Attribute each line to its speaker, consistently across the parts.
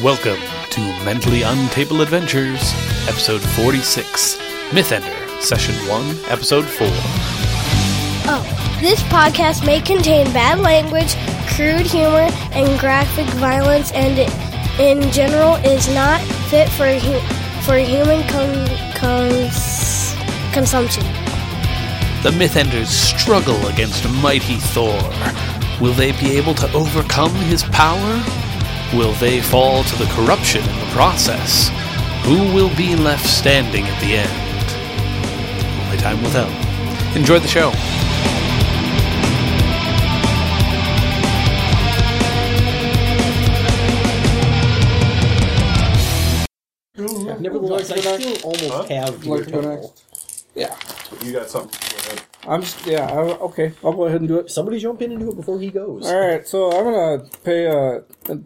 Speaker 1: Welcome to Mentally Untable Adventures, episode 46, Mythender, session 1, episode 4.
Speaker 2: Oh, this podcast may contain bad language, crude humor, and graphic violence, and it, in general is not fit for hu- for human con- cons- consumption.
Speaker 1: The Mythenders struggle against mighty Thor. Will they be able to overcome his power? Will they fall to the corruption in the process? Who will be left standing at the end? Only time will tell. Enjoy the show.
Speaker 3: Nevertheless, I still almost have your
Speaker 4: Like to go
Speaker 3: total.
Speaker 4: next?
Speaker 3: Yeah.
Speaker 5: You got something.
Speaker 4: I'm just yeah. I, okay, I'll go ahead and do it.
Speaker 3: Somebody jump in and do it before he goes.
Speaker 4: All right, so I'm gonna pay uh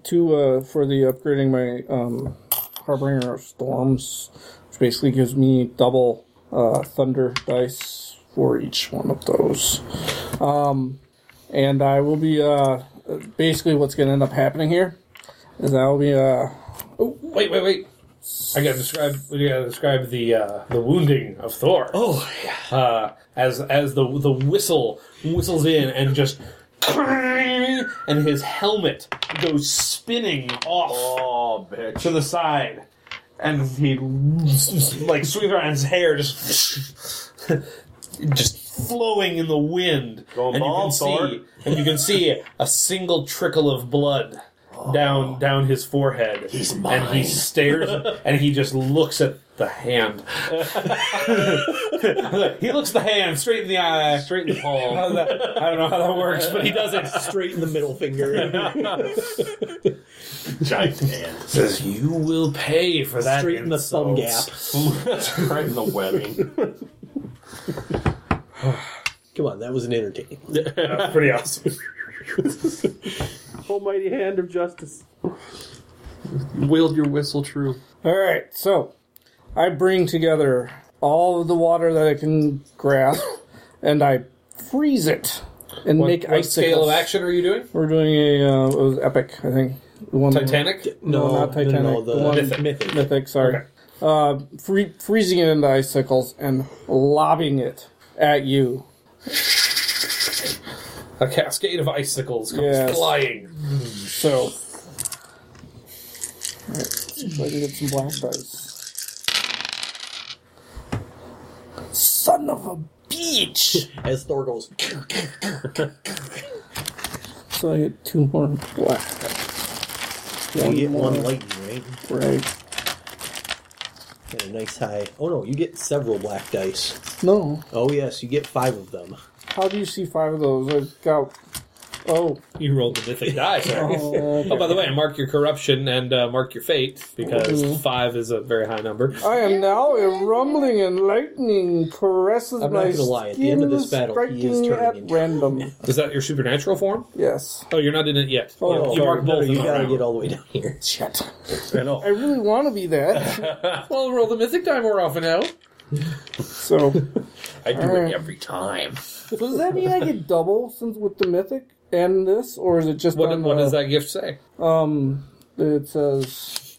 Speaker 4: two uh for the upgrading my um harbinger of storms, which basically gives me double uh thunder dice for each one of those. Um, and I will be uh basically what's gonna end up happening here is I will be uh
Speaker 6: Oh, wait, wait, wait. I gotta describe. We gotta describe the uh, the wounding of Thor.
Speaker 3: Oh, yeah.
Speaker 6: Uh, as as the the whistle whistles in and just, and his helmet goes spinning off
Speaker 5: Oh, bitch.
Speaker 6: to the side, and he like swings around his hair just just flowing in the wind,
Speaker 5: Going
Speaker 6: and
Speaker 5: bald,
Speaker 6: you
Speaker 5: Thor.
Speaker 6: can see and you can see a single trickle of blood
Speaker 3: Oh.
Speaker 6: down down his forehead. He's mine. And he stares and he just looks at the hand. he looks the hand straight in the eye, straight in the palm. I don't know how that works, but he does it.
Speaker 3: Straight in the middle finger.
Speaker 5: Giant hand.
Speaker 6: Says you will pay for that.
Speaker 3: Straight in the thumb
Speaker 6: insult."
Speaker 3: gap.
Speaker 5: right in the webbing.
Speaker 3: Come on, that was an entertaining. one.
Speaker 6: That's pretty awesome.
Speaker 7: Almighty hand of justice. Wield your whistle true.
Speaker 4: All right, so I bring together all of the water that I can grasp, and I freeze it and make
Speaker 7: What
Speaker 4: icicles.
Speaker 7: scale of action are you doing?
Speaker 4: We're doing a uh, it was epic, I think. The one
Speaker 7: Titanic?
Speaker 4: No, not Titanic.
Speaker 3: No, the,
Speaker 4: The one-
Speaker 3: mythic.
Speaker 4: mythic. Sorry, uh, free, freezing it into icicles and lobbing it at you.
Speaker 7: A cascade of icicles comes
Speaker 4: Yes.
Speaker 7: flying.
Speaker 4: So, all right, so I can get some black dice. Son of a bitch!
Speaker 3: As Thor goes,
Speaker 4: So I get two more black.
Speaker 3: you get
Speaker 4: Mm.
Speaker 3: one lightning, right?
Speaker 4: Right.
Speaker 3: And a nice high. Oh, no, you get several black dice.
Speaker 4: No.
Speaker 3: Oh, yes, you get five of them.
Speaker 4: How do you see five of those? I've got. Oh.
Speaker 7: You rolled the mythic die. Sorry.
Speaker 4: oh,
Speaker 7: Oh,
Speaker 4: okay.
Speaker 7: by the way, mark your corruption and uh, mark your fate because
Speaker 3: Mm-hmm.
Speaker 7: five is a very high number.
Speaker 4: I am now a rumbling and lightning caresses
Speaker 3: I'm not
Speaker 4: my
Speaker 3: gonna lie, at the
Speaker 4: skin,
Speaker 3: end of this battle, he is
Speaker 4: striking
Speaker 3: turning
Speaker 4: at
Speaker 3: into-
Speaker 4: random.
Speaker 7: Is that your supernatural form?
Speaker 4: Yes.
Speaker 7: Oh, you're not in it yet.
Speaker 4: Oh,
Speaker 7: you,
Speaker 4: no,
Speaker 7: you
Speaker 4: sorry.
Speaker 7: marked both.
Speaker 3: you
Speaker 7: of them.
Speaker 3: gotta get all the way down here.
Speaker 4: Shit.
Speaker 7: I know.
Speaker 4: I really want to be that.
Speaker 7: Well, roll the mythic die more often now.
Speaker 4: so
Speaker 7: I do
Speaker 4: Alright.
Speaker 7: it every time.
Speaker 4: does that mean I get double since with the mythic and this, or is it just
Speaker 7: What,
Speaker 4: on
Speaker 7: what
Speaker 4: the,
Speaker 3: uh,
Speaker 7: does that gift say?
Speaker 4: Um, it says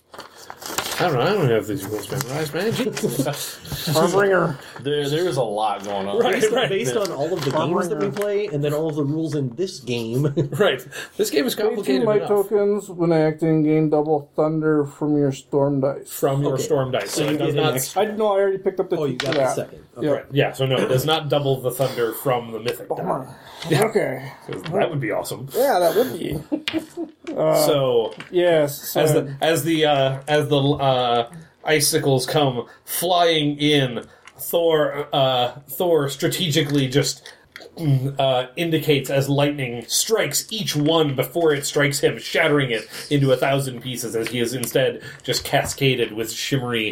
Speaker 7: I don't know. I don't have these rules memorized, man. Jesus.
Speaker 4: Harbinger.
Speaker 5: There, there is a lot going on.
Speaker 3: Based, on,
Speaker 7: right.
Speaker 3: based on all of the games that we play and then all of the rules in this game,
Speaker 7: right. This game is
Speaker 4: Pay two
Speaker 7: complicated
Speaker 4: light
Speaker 7: enough.
Speaker 4: tokens when acting, gain double thunder from your storm dice.
Speaker 7: From your
Speaker 3: Okay.
Speaker 7: storm dice, so,
Speaker 3: you
Speaker 7: it
Speaker 3: get
Speaker 7: does
Speaker 3: an
Speaker 7: not
Speaker 3: extra
Speaker 4: I know I already picked up the.
Speaker 3: Oh, you
Speaker 4: two
Speaker 3: got
Speaker 4: for
Speaker 3: the
Speaker 4: that.
Speaker 3: second.
Speaker 4: Yeah.
Speaker 3: Okay.
Speaker 7: Yeah, so no, it does not double the thunder from the mythic. die.
Speaker 4: Okay.
Speaker 7: That would be awesome.
Speaker 4: Yeah, that would be.
Speaker 7: so
Speaker 4: Yes. So,
Speaker 7: as the as the uh, as the uh, icicles come flying in, Thor uh, Thor strategically just mm, uh, indicates as lightning strikes each one before it strikes him, shattering it into a thousand pieces. As he is instead just cascaded with shimmery,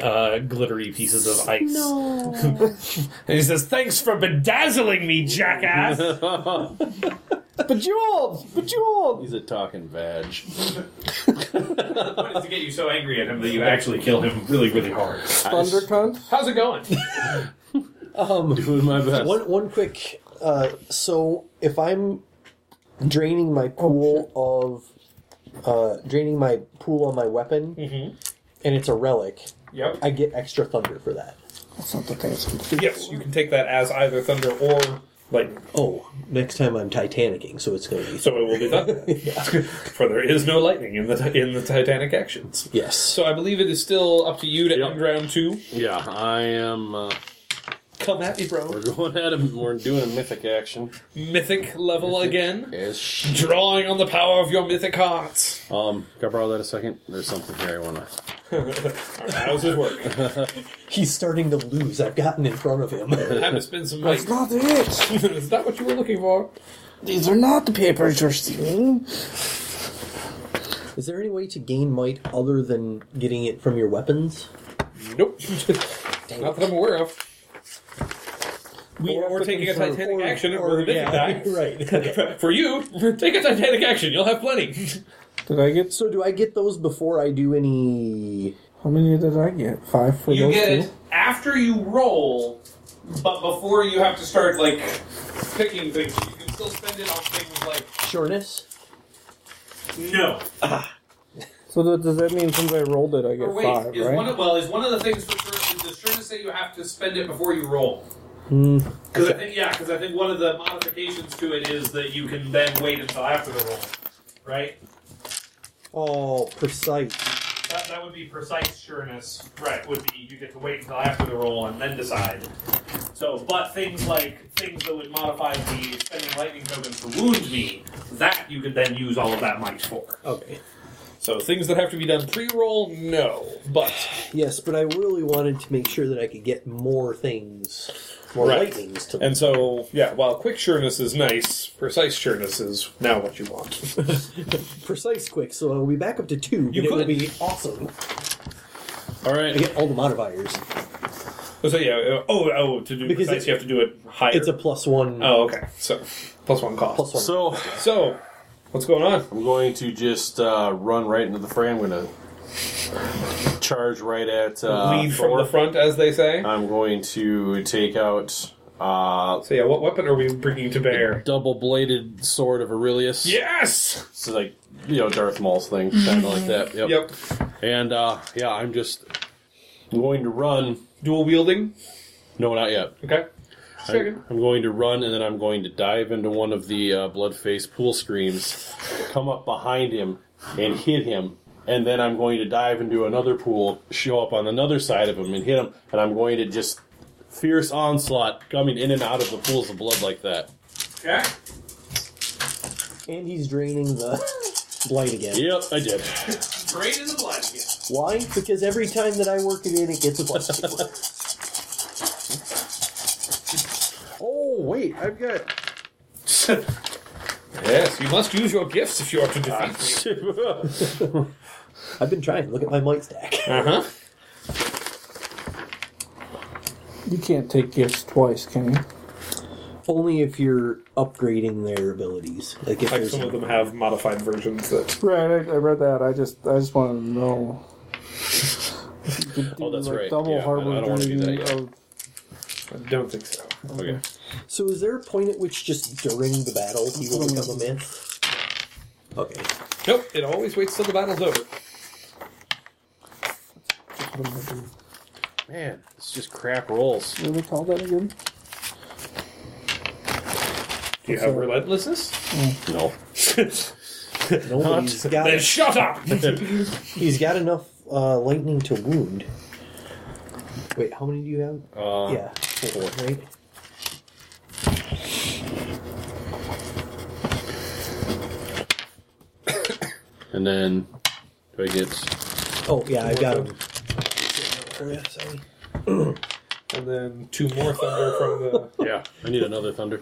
Speaker 7: uh, glittery pieces of ice. and he says, "Thanks for bedazzling me, jackass."
Speaker 4: bejeweled, bejeweled.
Speaker 5: He's a talking badge.
Speaker 7: wanted to get you so angry at him that you actually kill him really, really hard.
Speaker 4: Thunder cunt.
Speaker 7: How's it going?
Speaker 5: Doing my best.
Speaker 3: One one quick.
Speaker 4: Oh,
Speaker 3: Uh, so if I'm draining my pool of
Speaker 8: uh, draining my pool on my weapon,
Speaker 4: Mm-hmm.
Speaker 8: and it's a relic,
Speaker 7: Yep.
Speaker 8: I get extra thunder for that.
Speaker 4: That's not the thing. It's complete.
Speaker 7: Yes, you can take that as either thunder or lightning.
Speaker 8: Oh, next time I'm Titanicking, so it's going to be
Speaker 7: So it will be thunder, for there is no lightning in the in the Titanic actions.
Speaker 8: yes.
Speaker 7: So I believe it is still up to you to
Speaker 5: Yep.
Speaker 7: end round two.
Speaker 5: Yeah, I am. Uh,
Speaker 7: Come at me, bro.
Speaker 5: we're going at him. We're doing a mythic action.
Speaker 7: Mythic level again.
Speaker 5: Yes. sh-
Speaker 7: Drawing on the power of your mythic heart.
Speaker 5: Um, can I borrow that a second? There's something here I want to.
Speaker 7: How's it work?
Speaker 8: He's starting to lose. I've gotten in front of him.
Speaker 7: Time to spend some money.
Speaker 4: That's not it.
Speaker 7: Is that what you were looking for?
Speaker 4: These are not the papers you're stealing.
Speaker 8: Is there any way to gain might other than getting it from your weapons?
Speaker 7: Nope. Not that I'm aware of. We
Speaker 8: Or
Speaker 7: are taking a
Speaker 8: looking for-
Speaker 7: Titanic
Speaker 8: or-
Speaker 7: action
Speaker 8: or-
Speaker 7: or a mythic
Speaker 8: yeah,
Speaker 7: die.
Speaker 8: Right. okay.
Speaker 7: For you, take a Titanic action. You'll have plenty.
Speaker 4: Did I get?
Speaker 8: So do I get those before I do any?
Speaker 4: How many did I get? Five for
Speaker 7: You
Speaker 4: those
Speaker 7: get
Speaker 4: two.
Speaker 7: it after you roll, but before you have to start like picking things. You can still spend it on things like
Speaker 8: Sureness.
Speaker 7: no.
Speaker 4: So that, does that mean since I rolled it, I
Speaker 7: Or
Speaker 5: Oh,
Speaker 4: get
Speaker 7: wait,
Speaker 4: five,
Speaker 7: is
Speaker 4: right?
Speaker 7: one of, well is one of the things for sure is the sureness that you have to spend it before you roll.
Speaker 4: Hmm.
Speaker 7: Because I think yeah, because I think one of the modifications to it is that you can then wait until after the roll, right?
Speaker 8: Oh, precise.
Speaker 7: That, that would be precise sureness, right? Would be you get to wait until after the roll and then decide. So, but things like things that would modify the spending lightning tokens to wound me, that you could then use all of that might for.
Speaker 8: Okay.
Speaker 7: So things that have to be done pre-roll, no. But
Speaker 8: Yes, but I really wanted to make sure that I could get more things, more
Speaker 7: Right.
Speaker 8: lightnings to.
Speaker 7: and so yeah, while quick sureness is nice, precise sureness is now what you want.
Speaker 8: precise quick, so I'll be back up to two. But
Speaker 7: You
Speaker 8: it will
Speaker 7: could.
Speaker 8: be awesome.
Speaker 5: All
Speaker 8: I
Speaker 5: right.
Speaker 8: get all the modifiers.
Speaker 7: so yeah, uh, oh oh, to do
Speaker 8: Because
Speaker 7: precise,
Speaker 8: it-
Speaker 7: you have to do it higher.
Speaker 8: It's a plus one.
Speaker 7: oh okay, so plus one cost.
Speaker 8: plus one.
Speaker 5: So
Speaker 7: So what's going on?
Speaker 5: I'm going to just uh, run right into the fray. I'm going to charge right at uh,
Speaker 7: Lead from the
Speaker 5: Thor.
Speaker 7: front, as they say.
Speaker 5: I'm going to take out uh,
Speaker 7: So yeah, what weapon are we bringing to bear?
Speaker 5: double-bladed sword of Aurelius.
Speaker 7: Yes.
Speaker 5: So like you know Darth Maul's thing, kind of like that. Yep.
Speaker 7: Yep.
Speaker 5: And uh, yeah, I'm just going to run.
Speaker 7: Dual wielding.
Speaker 5: No, not yet.
Speaker 7: Okay.
Speaker 5: I'm, I'm going to run, and then I'm going to dive into one of the uh, blood-faced pool screams, come up behind him, and hit him. And then I'm going to dive into another pool, show up on another side of him, and hit him. And I'm going to just fierce onslaught, coming in and out of the pools of blood like that.
Speaker 7: Okay.
Speaker 8: And he's draining the blight again.
Speaker 5: Yep, I did.
Speaker 7: Brain in the blood. again.
Speaker 8: Why? Because every time that I work it in, it gets a plus two.
Speaker 5: Oh wait, I've got
Speaker 7: Yes, you must use your gifts if you are to defeat
Speaker 8: I've been trying. Look at my might stack.
Speaker 7: me. Uh huh.
Speaker 4: You can't take gifts twice, can you?
Speaker 8: Only if you're upgrading their abilities. Like if
Speaker 7: Like
Speaker 8: there's
Speaker 7: some of them have modified versions that.
Speaker 4: Right, I, I read that. I just, I just wanted to know.
Speaker 5: Oh, that's right.
Speaker 4: Double
Speaker 5: Yeah, I- I
Speaker 4: harbor
Speaker 5: don't wanna do that
Speaker 4: duty
Speaker 5: yet.
Speaker 4: of
Speaker 7: I don't think so.
Speaker 5: okay.
Speaker 8: So is there a point at which just during the battle he will become a myth? Okay.
Speaker 7: Nope. It always waits till the battle's over.
Speaker 5: Man, it's just crap rolls.
Speaker 4: what do we call that again?
Speaker 7: Do you have relentlessness?
Speaker 5: No.
Speaker 8: No, he's got
Speaker 7: Then shut up.
Speaker 8: he's got enough uh, lightning to wound. Wait, how many do you have?
Speaker 5: Uh,
Speaker 8: yeah, four, right?
Speaker 5: And then do I get
Speaker 8: Oh yeah, I've got him. Oh, yeah, sorry.
Speaker 7: and then two more thunder from the.
Speaker 5: Yeah, I need another thunder.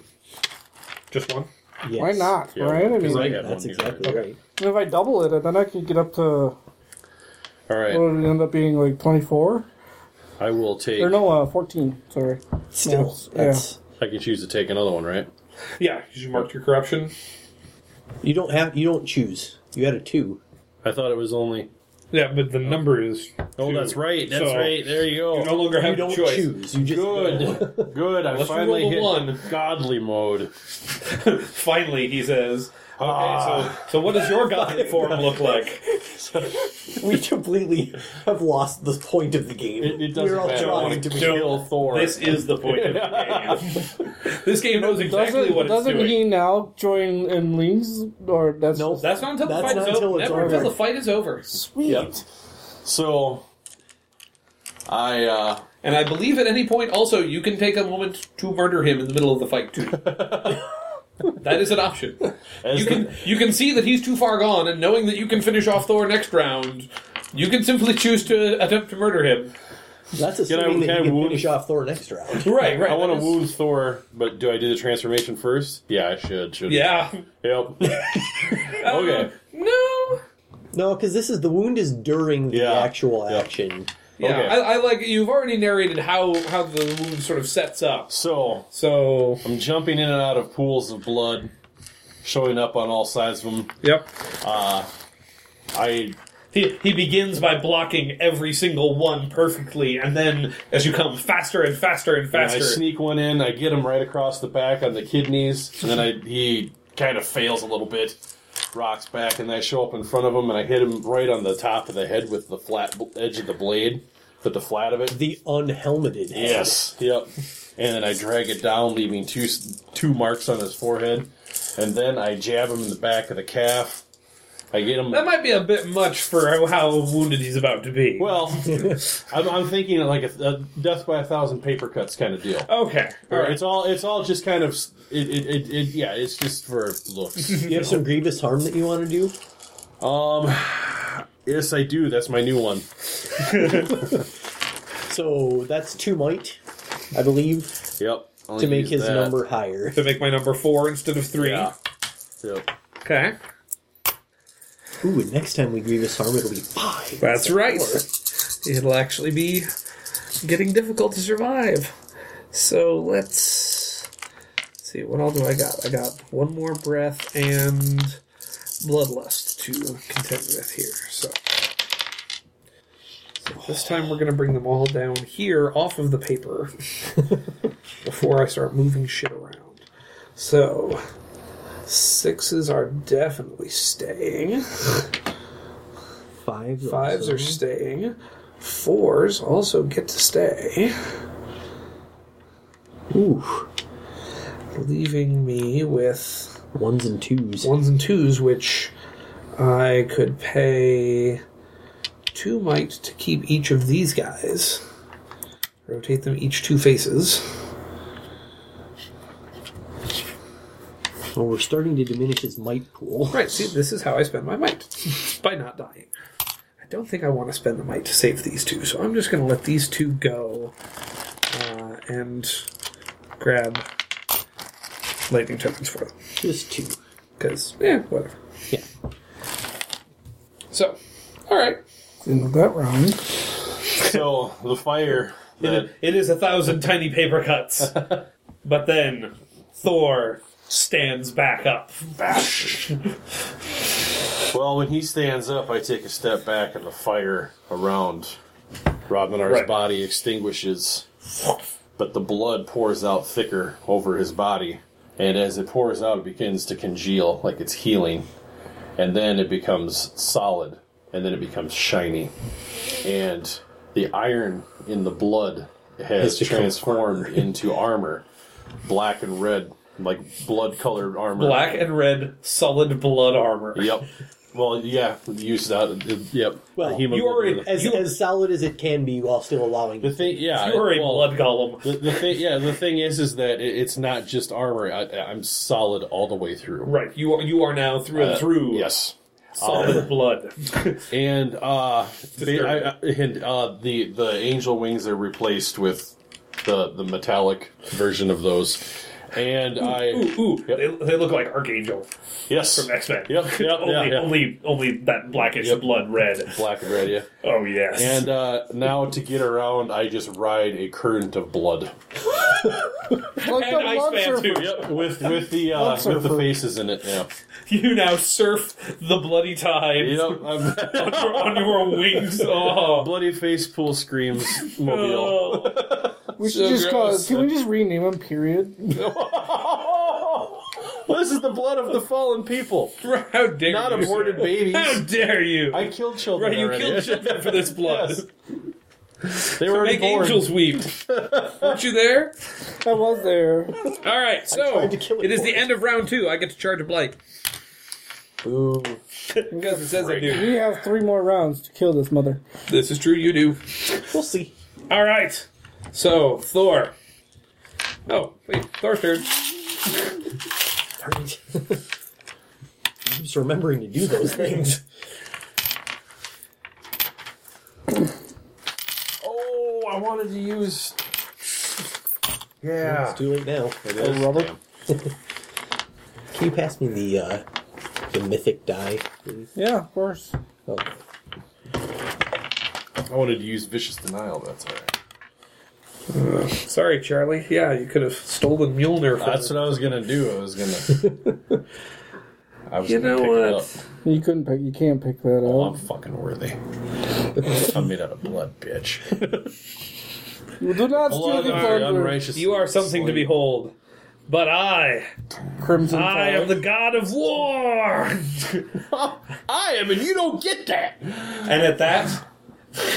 Speaker 7: Just one.
Speaker 8: Yes.
Speaker 4: Why not?
Speaker 5: Yeah,
Speaker 4: right? I
Speaker 5: because
Speaker 4: mean,
Speaker 5: I have
Speaker 8: That's
Speaker 5: one
Speaker 8: exactly
Speaker 5: here.
Speaker 8: right.
Speaker 4: if I double it, then I could get up to
Speaker 5: All
Speaker 4: what
Speaker 5: right,
Speaker 4: would it end up being like twenty-four
Speaker 5: I will take.
Speaker 4: or no, uh, fourteen. Sorry.
Speaker 8: Still,
Speaker 4: Yeah.
Speaker 8: that's
Speaker 5: I can choose to take another one, right?
Speaker 7: Yeah, you marked your corruption.
Speaker 8: you don't have you don't choose. You had a two.
Speaker 5: I thought it was only.
Speaker 7: Yeah, but the number is.
Speaker 5: Oh,
Speaker 7: two.
Speaker 5: that's right. That's
Speaker 7: So,
Speaker 5: right. There you
Speaker 7: You no
Speaker 5: go.
Speaker 7: longer have
Speaker 8: You don't
Speaker 7: a choice.
Speaker 8: choose. You just
Speaker 5: Good. Good. I
Speaker 7: Unless you
Speaker 5: finally
Speaker 7: roll a
Speaker 5: hit
Speaker 7: one.
Speaker 5: godly mode.
Speaker 7: Finally, he says,
Speaker 5: Okay, so so what does your goblet form look like?
Speaker 3: We completely have lost the point of the game.
Speaker 5: It, it doesn't
Speaker 3: We're all
Speaker 5: matter. I
Speaker 3: trying
Speaker 5: want to
Speaker 3: to be
Speaker 5: kill Thor.
Speaker 7: This is the point of the game. this game knows exactly
Speaker 4: doesn't
Speaker 7: what it's
Speaker 4: doesn't
Speaker 7: doing.
Speaker 4: he now join in leagues or that's
Speaker 3: Nope.
Speaker 4: just-
Speaker 7: That's not until
Speaker 3: That's not
Speaker 7: the fight's
Speaker 3: until
Speaker 7: over.
Speaker 3: it's
Speaker 7: Never until
Speaker 3: over.
Speaker 7: the fight is over.
Speaker 4: sweet.
Speaker 5: Yep. So I uh
Speaker 7: And I believe at any point also you can take a moment to murder him in the middle of the fight too. that is an option.
Speaker 5: as
Speaker 7: You
Speaker 5: the-
Speaker 7: can you can see that he's too far gone, and knowing that you can finish off Thor next round, you can simply choose to attempt to murder him.
Speaker 3: That's
Speaker 5: I-
Speaker 3: assuming
Speaker 5: can
Speaker 3: that
Speaker 5: I
Speaker 3: you can
Speaker 5: wound-
Speaker 3: finish off Thor next round.
Speaker 7: Right, right.
Speaker 5: I want to wound Thor, but do I do the transformation first? Yeah, I should. Should
Speaker 7: Yeah.
Speaker 5: Yep. okay.
Speaker 7: No.
Speaker 3: No, because this is the wound is during the
Speaker 5: Yeah.
Speaker 3: actual
Speaker 5: Yep.
Speaker 3: action.
Speaker 7: Yeah,
Speaker 5: Okay.
Speaker 7: I, I like you've already narrated how how the wound sort of sets up.
Speaker 5: So
Speaker 7: So
Speaker 5: I'm jumping in and out of pools of blood, showing up on all sides of them.
Speaker 7: yep,
Speaker 5: I
Speaker 7: he he begins by blocking every single one perfectly, and then as you come faster and faster and
Speaker 5: I
Speaker 7: faster,
Speaker 5: sneak one in. I get him right across the back on the kidneys, and then I he kind of fails a little bit, rocks back, and I show up in front of him and I hit him right on the top of the head with the flat bl- edge of the blade, with the flat of it.
Speaker 3: The unhelmeted. head.
Speaker 5: Yes. Yep. And then I drag it down, leaving two two marks on his forehead, and then I jab him in the back of the calf. I get him.
Speaker 7: That might be a bit much for how- how wounded he's about to be.
Speaker 5: Well, I'm, I'm thinking like a, a death by a thousand paper cuts kind of
Speaker 3: Oh,
Speaker 5: deal.
Speaker 7: okay, all right.
Speaker 5: It's all it's all just kind of s- it, it, it, it yeah. It's just for looks.
Speaker 3: You have some grievous harm that you want to do?
Speaker 5: um. Yes, I do. That's my new one.
Speaker 3: So that's two might, I believe,
Speaker 5: Yep. I'll
Speaker 3: to make
Speaker 5: use
Speaker 3: his
Speaker 5: that.
Speaker 3: number higher.
Speaker 7: to make my number four instead of three.
Speaker 5: Yeah. Yep.
Speaker 7: Okay,
Speaker 3: Ooh, and next time we grievous harm, it'll be five.
Speaker 7: that's right. It'll actually be getting difficult to survive. So let's see what all do I got. I got one more breath and bloodlust to contend with here. So. so this time we're going to bring them all down here off of the paper before I start moving shit around. So sixes are definitely staying.
Speaker 3: Five.
Speaker 7: Fives are staying. Fours also get to stay,
Speaker 3: Ooh,
Speaker 7: leaving me with
Speaker 3: ones and twos.
Speaker 7: ones and twos, which I could pay two might to keep each of these guys. Rotate them each two faces.
Speaker 3: Well, we're starting to diminish his might pool.
Speaker 7: Right, see, this is how I spend my might by not dying. I don't think I want to spend the might to save these two, so I'm just going to let these two go uh, and grab lightning tokens for them.
Speaker 3: Just two.
Speaker 7: Because, yeah, whatever.
Speaker 3: Yeah.
Speaker 7: So, all right.
Speaker 4: End that round.
Speaker 5: So the fire that
Speaker 7: It is a thousand tiny paper cuts. but then Thor stands back up.
Speaker 5: Well, when he stands up, I take a step back, and the fire around Rodmanar's
Speaker 7: Right.
Speaker 5: body extinguishes, but the blood pours out thicker over his body. And as it pours out, it begins to congeal like it's healing. And then it becomes solid, and then it becomes shiny. And the iron in the blood has transformed into armor black and red, like blood colored armor.
Speaker 7: Black and red, solid blood armor.
Speaker 5: Yep. Well, yeah, use that. Yep.
Speaker 3: Well,
Speaker 5: The hemoglobin-
Speaker 7: you already-
Speaker 3: As,
Speaker 7: You-
Speaker 3: as solid as it can be while still allowing.
Speaker 5: the thing, yeah.
Speaker 7: You are a
Speaker 5: it- well,
Speaker 7: blood golem.
Speaker 5: the, the thing, yeah. The thing is, is that it, it's not just armor. I, I'm solid all the way through.
Speaker 7: Right, you are you are now through
Speaker 5: Uh,
Speaker 7: and through
Speaker 5: Yes. Uh,
Speaker 7: solid blood.
Speaker 5: And uh, ba- I, I- and uh, the the angel wings are replaced with the the metallic version of those. And I
Speaker 7: Ooh, ooh,
Speaker 5: Yep.
Speaker 7: they, they look like Archangel
Speaker 5: yes.
Speaker 7: from X Men.
Speaker 5: Yep. Yep.
Speaker 7: only,
Speaker 5: yeah, yeah.
Speaker 7: only, only that blackish
Speaker 5: Yep.
Speaker 7: blood red.
Speaker 5: Black and red. Yeah.
Speaker 7: Oh yes.
Speaker 5: And uh, now to get around, I just ride a current of blood.
Speaker 4: Like
Speaker 7: And
Speaker 4: the
Speaker 7: Iceman,
Speaker 4: monster
Speaker 7: too.
Speaker 5: Yep, with with the uh,
Speaker 4: Blood
Speaker 5: with the
Speaker 4: surfer.
Speaker 5: faces in it. Yeah.
Speaker 7: You now surf the bloody tide
Speaker 5: Yep. I'm,
Speaker 7: on, your, on your wings. Oh.
Speaker 5: bloody face pool screams mobile.
Speaker 7: Oh.
Speaker 4: We should just call it, can we just rename him period?
Speaker 5: this is the blood of the fallen people,
Speaker 7: How dare
Speaker 5: not
Speaker 7: you?
Speaker 5: aborted
Speaker 7: How
Speaker 5: babies.
Speaker 7: dare you?
Speaker 5: I killed children.
Speaker 7: right, you
Speaker 5: already.
Speaker 7: killed children for this blood.
Speaker 5: Yes. They were
Speaker 7: For
Speaker 5: already
Speaker 7: make
Speaker 5: born.
Speaker 7: angels weep. Weren't you there?
Speaker 4: I was there.
Speaker 7: All right, so
Speaker 3: tried to kill it
Speaker 7: it is
Speaker 3: for
Speaker 7: the
Speaker 3: it.
Speaker 7: end of round two. I get to charge a blight
Speaker 3: Ooh.
Speaker 7: because it says I do.
Speaker 4: We have three more rounds to kill this mother.
Speaker 7: This is true. You do.
Speaker 3: We'll see.
Speaker 7: All right. So Thor. Oh wait, Thor's turn.
Speaker 3: Darn it. I'm just remembering to do those things.
Speaker 5: Oh, I wanted to use. Yeah.
Speaker 3: It's too late now.
Speaker 5: is.
Speaker 3: Oh, Robert. Can you pass me the uh, the mythic die, please?
Speaker 4: Yeah, of course.
Speaker 3: Oh,
Speaker 5: I wanted to use vicious denial. That's all right.
Speaker 7: Sorry, Charlie. Yeah, you could have stolen Mjolnir. From
Speaker 5: That's what I was gonna do. I was gonna. I was
Speaker 7: You
Speaker 5: gonna
Speaker 7: know
Speaker 5: pick
Speaker 7: what?
Speaker 5: it up.
Speaker 4: You couldn't pick. You can't pick that
Speaker 5: Well, I'm
Speaker 4: up.
Speaker 5: fucking worthy. I'm made out of blood, bitch.
Speaker 4: You do not steal
Speaker 5: blood
Speaker 4: the
Speaker 5: and
Speaker 4: thunder.
Speaker 5: unrighteous.
Speaker 7: You are something to behold. But I,
Speaker 4: Crimson
Speaker 7: I am
Speaker 4: Tide.
Speaker 7: the god of war.
Speaker 5: I am, and you don't get that.
Speaker 7: and at that,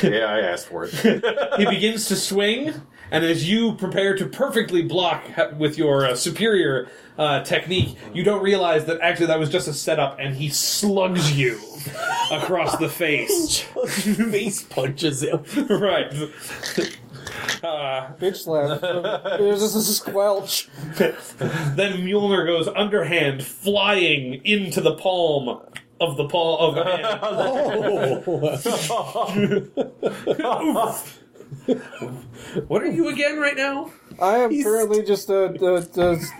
Speaker 5: Yeah, I asked for it.
Speaker 7: he begins to swing, and as you prepare to perfectly block ha- with your uh, superior uh, technique, you don't realize that actually that was just a setup, and he slugs you across the face.
Speaker 3: face punches him.
Speaker 7: right.
Speaker 4: bitch slap. There's just a squelch.
Speaker 7: Then Mjolnir goes underhand, flying into the palm of the paw of the hand.
Speaker 5: Oh.
Speaker 7: what are you again right now?
Speaker 4: I am currently just a, a,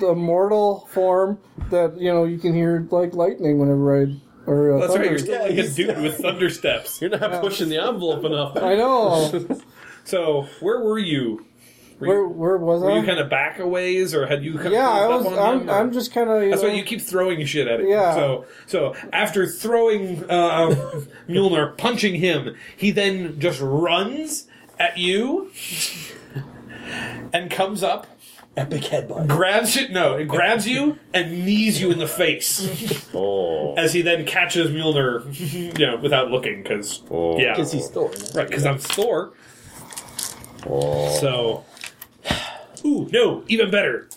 Speaker 4: a, a mortal form that you know you can hear like lightning whenever I or uh,
Speaker 7: That's right.
Speaker 4: thunder.
Speaker 7: You're still like a dude with thunder steps.
Speaker 5: You're not pushing the envelope enough.
Speaker 4: I know.
Speaker 7: So where were you? Were
Speaker 4: Where
Speaker 7: you,
Speaker 4: where was
Speaker 7: were
Speaker 4: I?
Speaker 7: you kind of back a ways, or had you? Kind
Speaker 4: yeah, I
Speaker 7: of
Speaker 4: was. I'm, I'm just kind of.
Speaker 7: That's
Speaker 4: know,
Speaker 7: why you keep throwing shit at it.
Speaker 4: Yeah.
Speaker 7: So so after throwing uh, Mjolnir, punching him, he then just runs at you and comes up,
Speaker 3: Epic headbutt.
Speaker 7: grabs you. No, it grabs you and knees you in the face
Speaker 5: Oh,
Speaker 7: as he then catches Mjolnir, you know, without looking because
Speaker 5: Oh.
Speaker 7: yeah,
Speaker 3: Because he's Thor.
Speaker 7: right because I'm Thor.
Speaker 5: oh.
Speaker 7: So. Ooh, no, even better.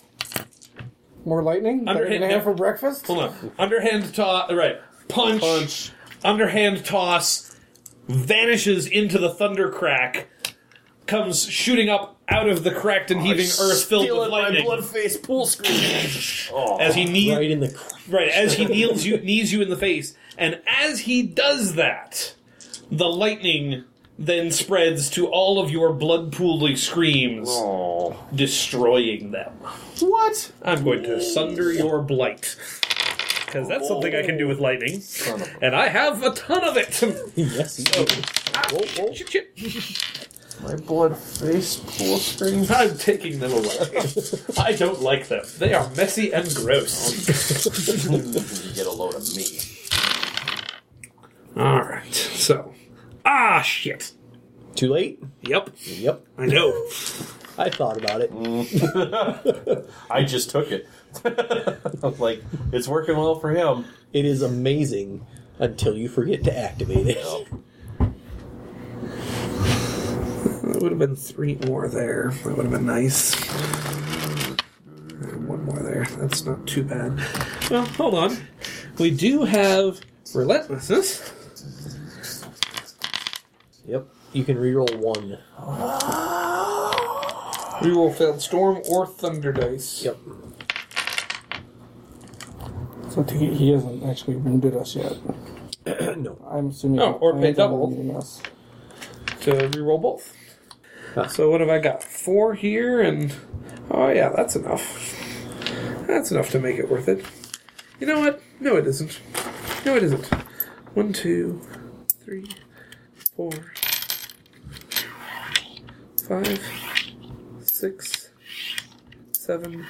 Speaker 4: more lightning.
Speaker 7: Under
Speaker 4: Lightning and
Speaker 7: hit,
Speaker 4: a half
Speaker 7: yeah.
Speaker 4: for breakfast.
Speaker 7: Hold on. Underhand toss. Right. Punch,
Speaker 5: Punch.
Speaker 7: Underhand toss. Vanishes into the thunder crack. Comes shooting up out of the cracked and heaving earth filled with
Speaker 5: Stealing my
Speaker 7: lightning.
Speaker 5: blood face pool screen. oh,
Speaker 7: As he knees,
Speaker 3: Right
Speaker 7: right.
Speaker 3: in the cr-
Speaker 7: as he kneels you, knees you in the face, and as he does that, the lightning then spreads to all of your blood pooling screams,
Speaker 5: oh.
Speaker 7: destroying them.
Speaker 5: What?
Speaker 7: I'm going to sunder your blight. Because that's something I can do with lightning. And I have a ton of it.
Speaker 3: yes, he did.
Speaker 7: Chip, chip.
Speaker 5: My blood face pool screen.
Speaker 7: I'm taking them away. I don't like them. They are messy and gross.
Speaker 5: Get a load of me.
Speaker 7: Alright, so. Ah, shit.
Speaker 3: Too late.
Speaker 7: Yep,
Speaker 3: Yep,
Speaker 7: I know.
Speaker 3: I thought about it.
Speaker 5: I just took it. I'm like, it's working well for him.
Speaker 3: It is amazing until you forget to activate it.
Speaker 7: It would have been three more there. That would have been nice. And One more there. That's not too bad. Well, hold on. We do have relentlessness.
Speaker 3: Yep, you can reroll one.
Speaker 7: Reroll failed storm or thunder dice.
Speaker 3: Yep.
Speaker 4: So he, he hasn't actually wounded us yet.
Speaker 3: no.
Speaker 4: I'm assuming.
Speaker 7: Oh, or
Speaker 4: I'm
Speaker 7: pay
Speaker 4: done
Speaker 7: double.
Speaker 4: wounding us.
Speaker 7: So reroll both. So what have I got? Four here and oh yeah, that's enough. That's enough to make it worth it. You know what? No, it isn't. No, it isn't. One, two, three, four, five, six, seven,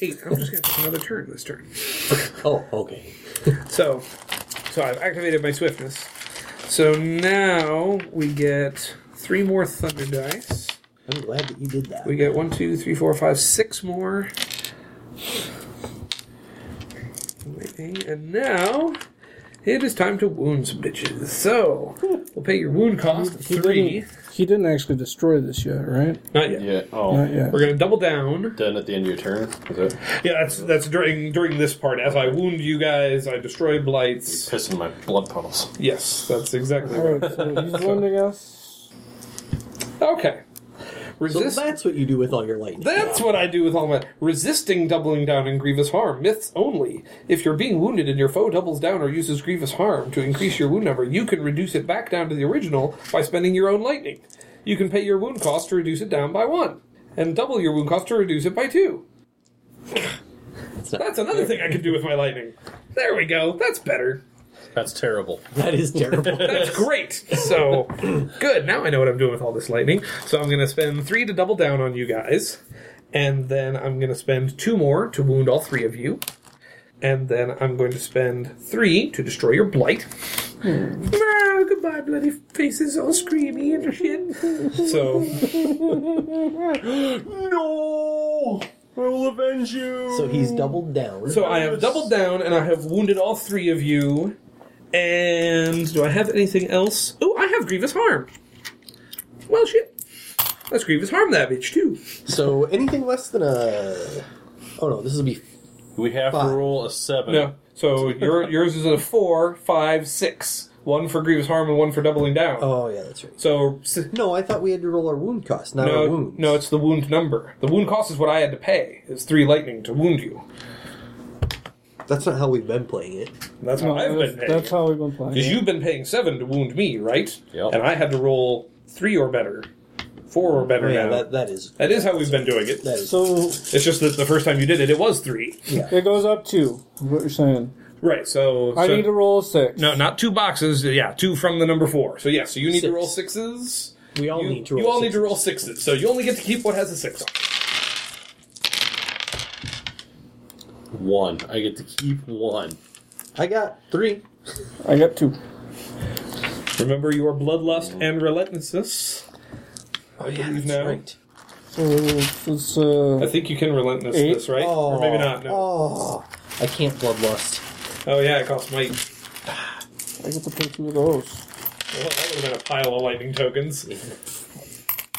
Speaker 7: eight. I'm just gonna take another turn this turn.
Speaker 3: Oh, okay.
Speaker 7: So, so I've activated my swiftness. So now we get three more thunder dice.
Speaker 3: I'm glad that you did that.
Speaker 7: We get one, two, three, four, five, six more. Okay, and now it is time to wound some bitches. So we'll pay your wound cost of
Speaker 4: He
Speaker 7: three.
Speaker 4: didn't, he didn't actually destroy this yet, right?
Speaker 7: Not yet.
Speaker 5: Yeah. Oh.
Speaker 4: Not yet.
Speaker 7: We're gonna double down.
Speaker 5: Done at the end of your turn. Is it?
Speaker 7: Yeah, that's that's during during this part. As I wound you guys, I destroy blights.
Speaker 5: Pissing my blood puddles.
Speaker 7: Yes, that's exactly
Speaker 4: All
Speaker 7: right.
Speaker 4: right, so he's wounding us.
Speaker 7: Okay.
Speaker 8: So
Speaker 7: Resist.
Speaker 8: that's what you do with all your lightning.
Speaker 7: That's what I do with all my resisting doubling down and grievous harm. Myths only. If you're being wounded and your foe doubles down or uses grievous harm to increase your wound number, you can reduce it back down to the original by spending your own lightning. You can pay your wound cost to reduce it down by one, and double your wound cost to reduce it by two. That's another thing I can do with my lightning. There we go. That's better.
Speaker 9: That's terrible.
Speaker 8: That is terrible.
Speaker 7: That's great. So good. Now I know what I'm doing with all this lightning. So I'm going to spend three to double down on you guys, and then I'm going to spend two more to wound all three of you, and then I'm going to spend three to destroy your blight. Ah, goodbye, bloody faces, all screamy and shit. So
Speaker 5: No! I will avenge you!
Speaker 8: so he's doubled down.
Speaker 7: So I have doubled down and I have wounded all three of you. And do I have anything else? Oh, I have grievous harm. Well, shit. That's grievous harm, that bitch too.
Speaker 8: So anything less than a. Oh no, this will be.
Speaker 5: we have
Speaker 8: Five.
Speaker 5: to roll a seven.
Speaker 7: No. So your yours is a four, five, six. One for grievous harm and one for doubling down.
Speaker 8: Oh yeah, that's right.
Speaker 7: So s-
Speaker 8: No, I thought we had to roll our wound cost, not our
Speaker 7: no,
Speaker 8: wounds.
Speaker 7: no, it's the wound number. The wound cost is what I had to pay. It's three lightning to wound you.
Speaker 8: that's not how we've been playing it.
Speaker 7: That's
Speaker 8: Oh,
Speaker 7: what I've been
Speaker 4: That's,
Speaker 7: paying.
Speaker 4: that's how we've been playing.
Speaker 7: Because you've been paying seven to wound me, right?
Speaker 5: Yep.
Speaker 7: And I had to roll three or better, four or better
Speaker 8: Oh, Yeah,
Speaker 7: now.
Speaker 8: that that is
Speaker 7: that is how we've been doing it.
Speaker 8: that is.
Speaker 4: So
Speaker 7: It's just that the first time you did it, it was three.
Speaker 4: it goes up two. Is what you're saying?
Speaker 7: Right. So,
Speaker 4: I
Speaker 7: so-
Speaker 4: need to roll a six.
Speaker 7: no, not two boxes. Yeah, two from the number four. So yeah, so you need to
Speaker 8: Six.
Speaker 7: roll sixes.
Speaker 8: we all
Speaker 7: you,
Speaker 8: need to.
Speaker 7: you
Speaker 8: Roll
Speaker 7: all need to roll sixes. So you only get to keep what has a six on. it.
Speaker 5: One. I get to keep one.
Speaker 8: I got three.
Speaker 4: I got two.
Speaker 7: Remember your bloodlust and relentlessness. I believe now.
Speaker 8: Right.
Speaker 4: So it's uh,
Speaker 7: I think you can relentless
Speaker 4: Eight.
Speaker 7: this, right? Or maybe not. No.
Speaker 8: Oh, I can't bloodlust.
Speaker 7: Oh yeah, it costs might.
Speaker 4: I get to play two of those.
Speaker 7: Well, that would have been a pile of lightning tokens.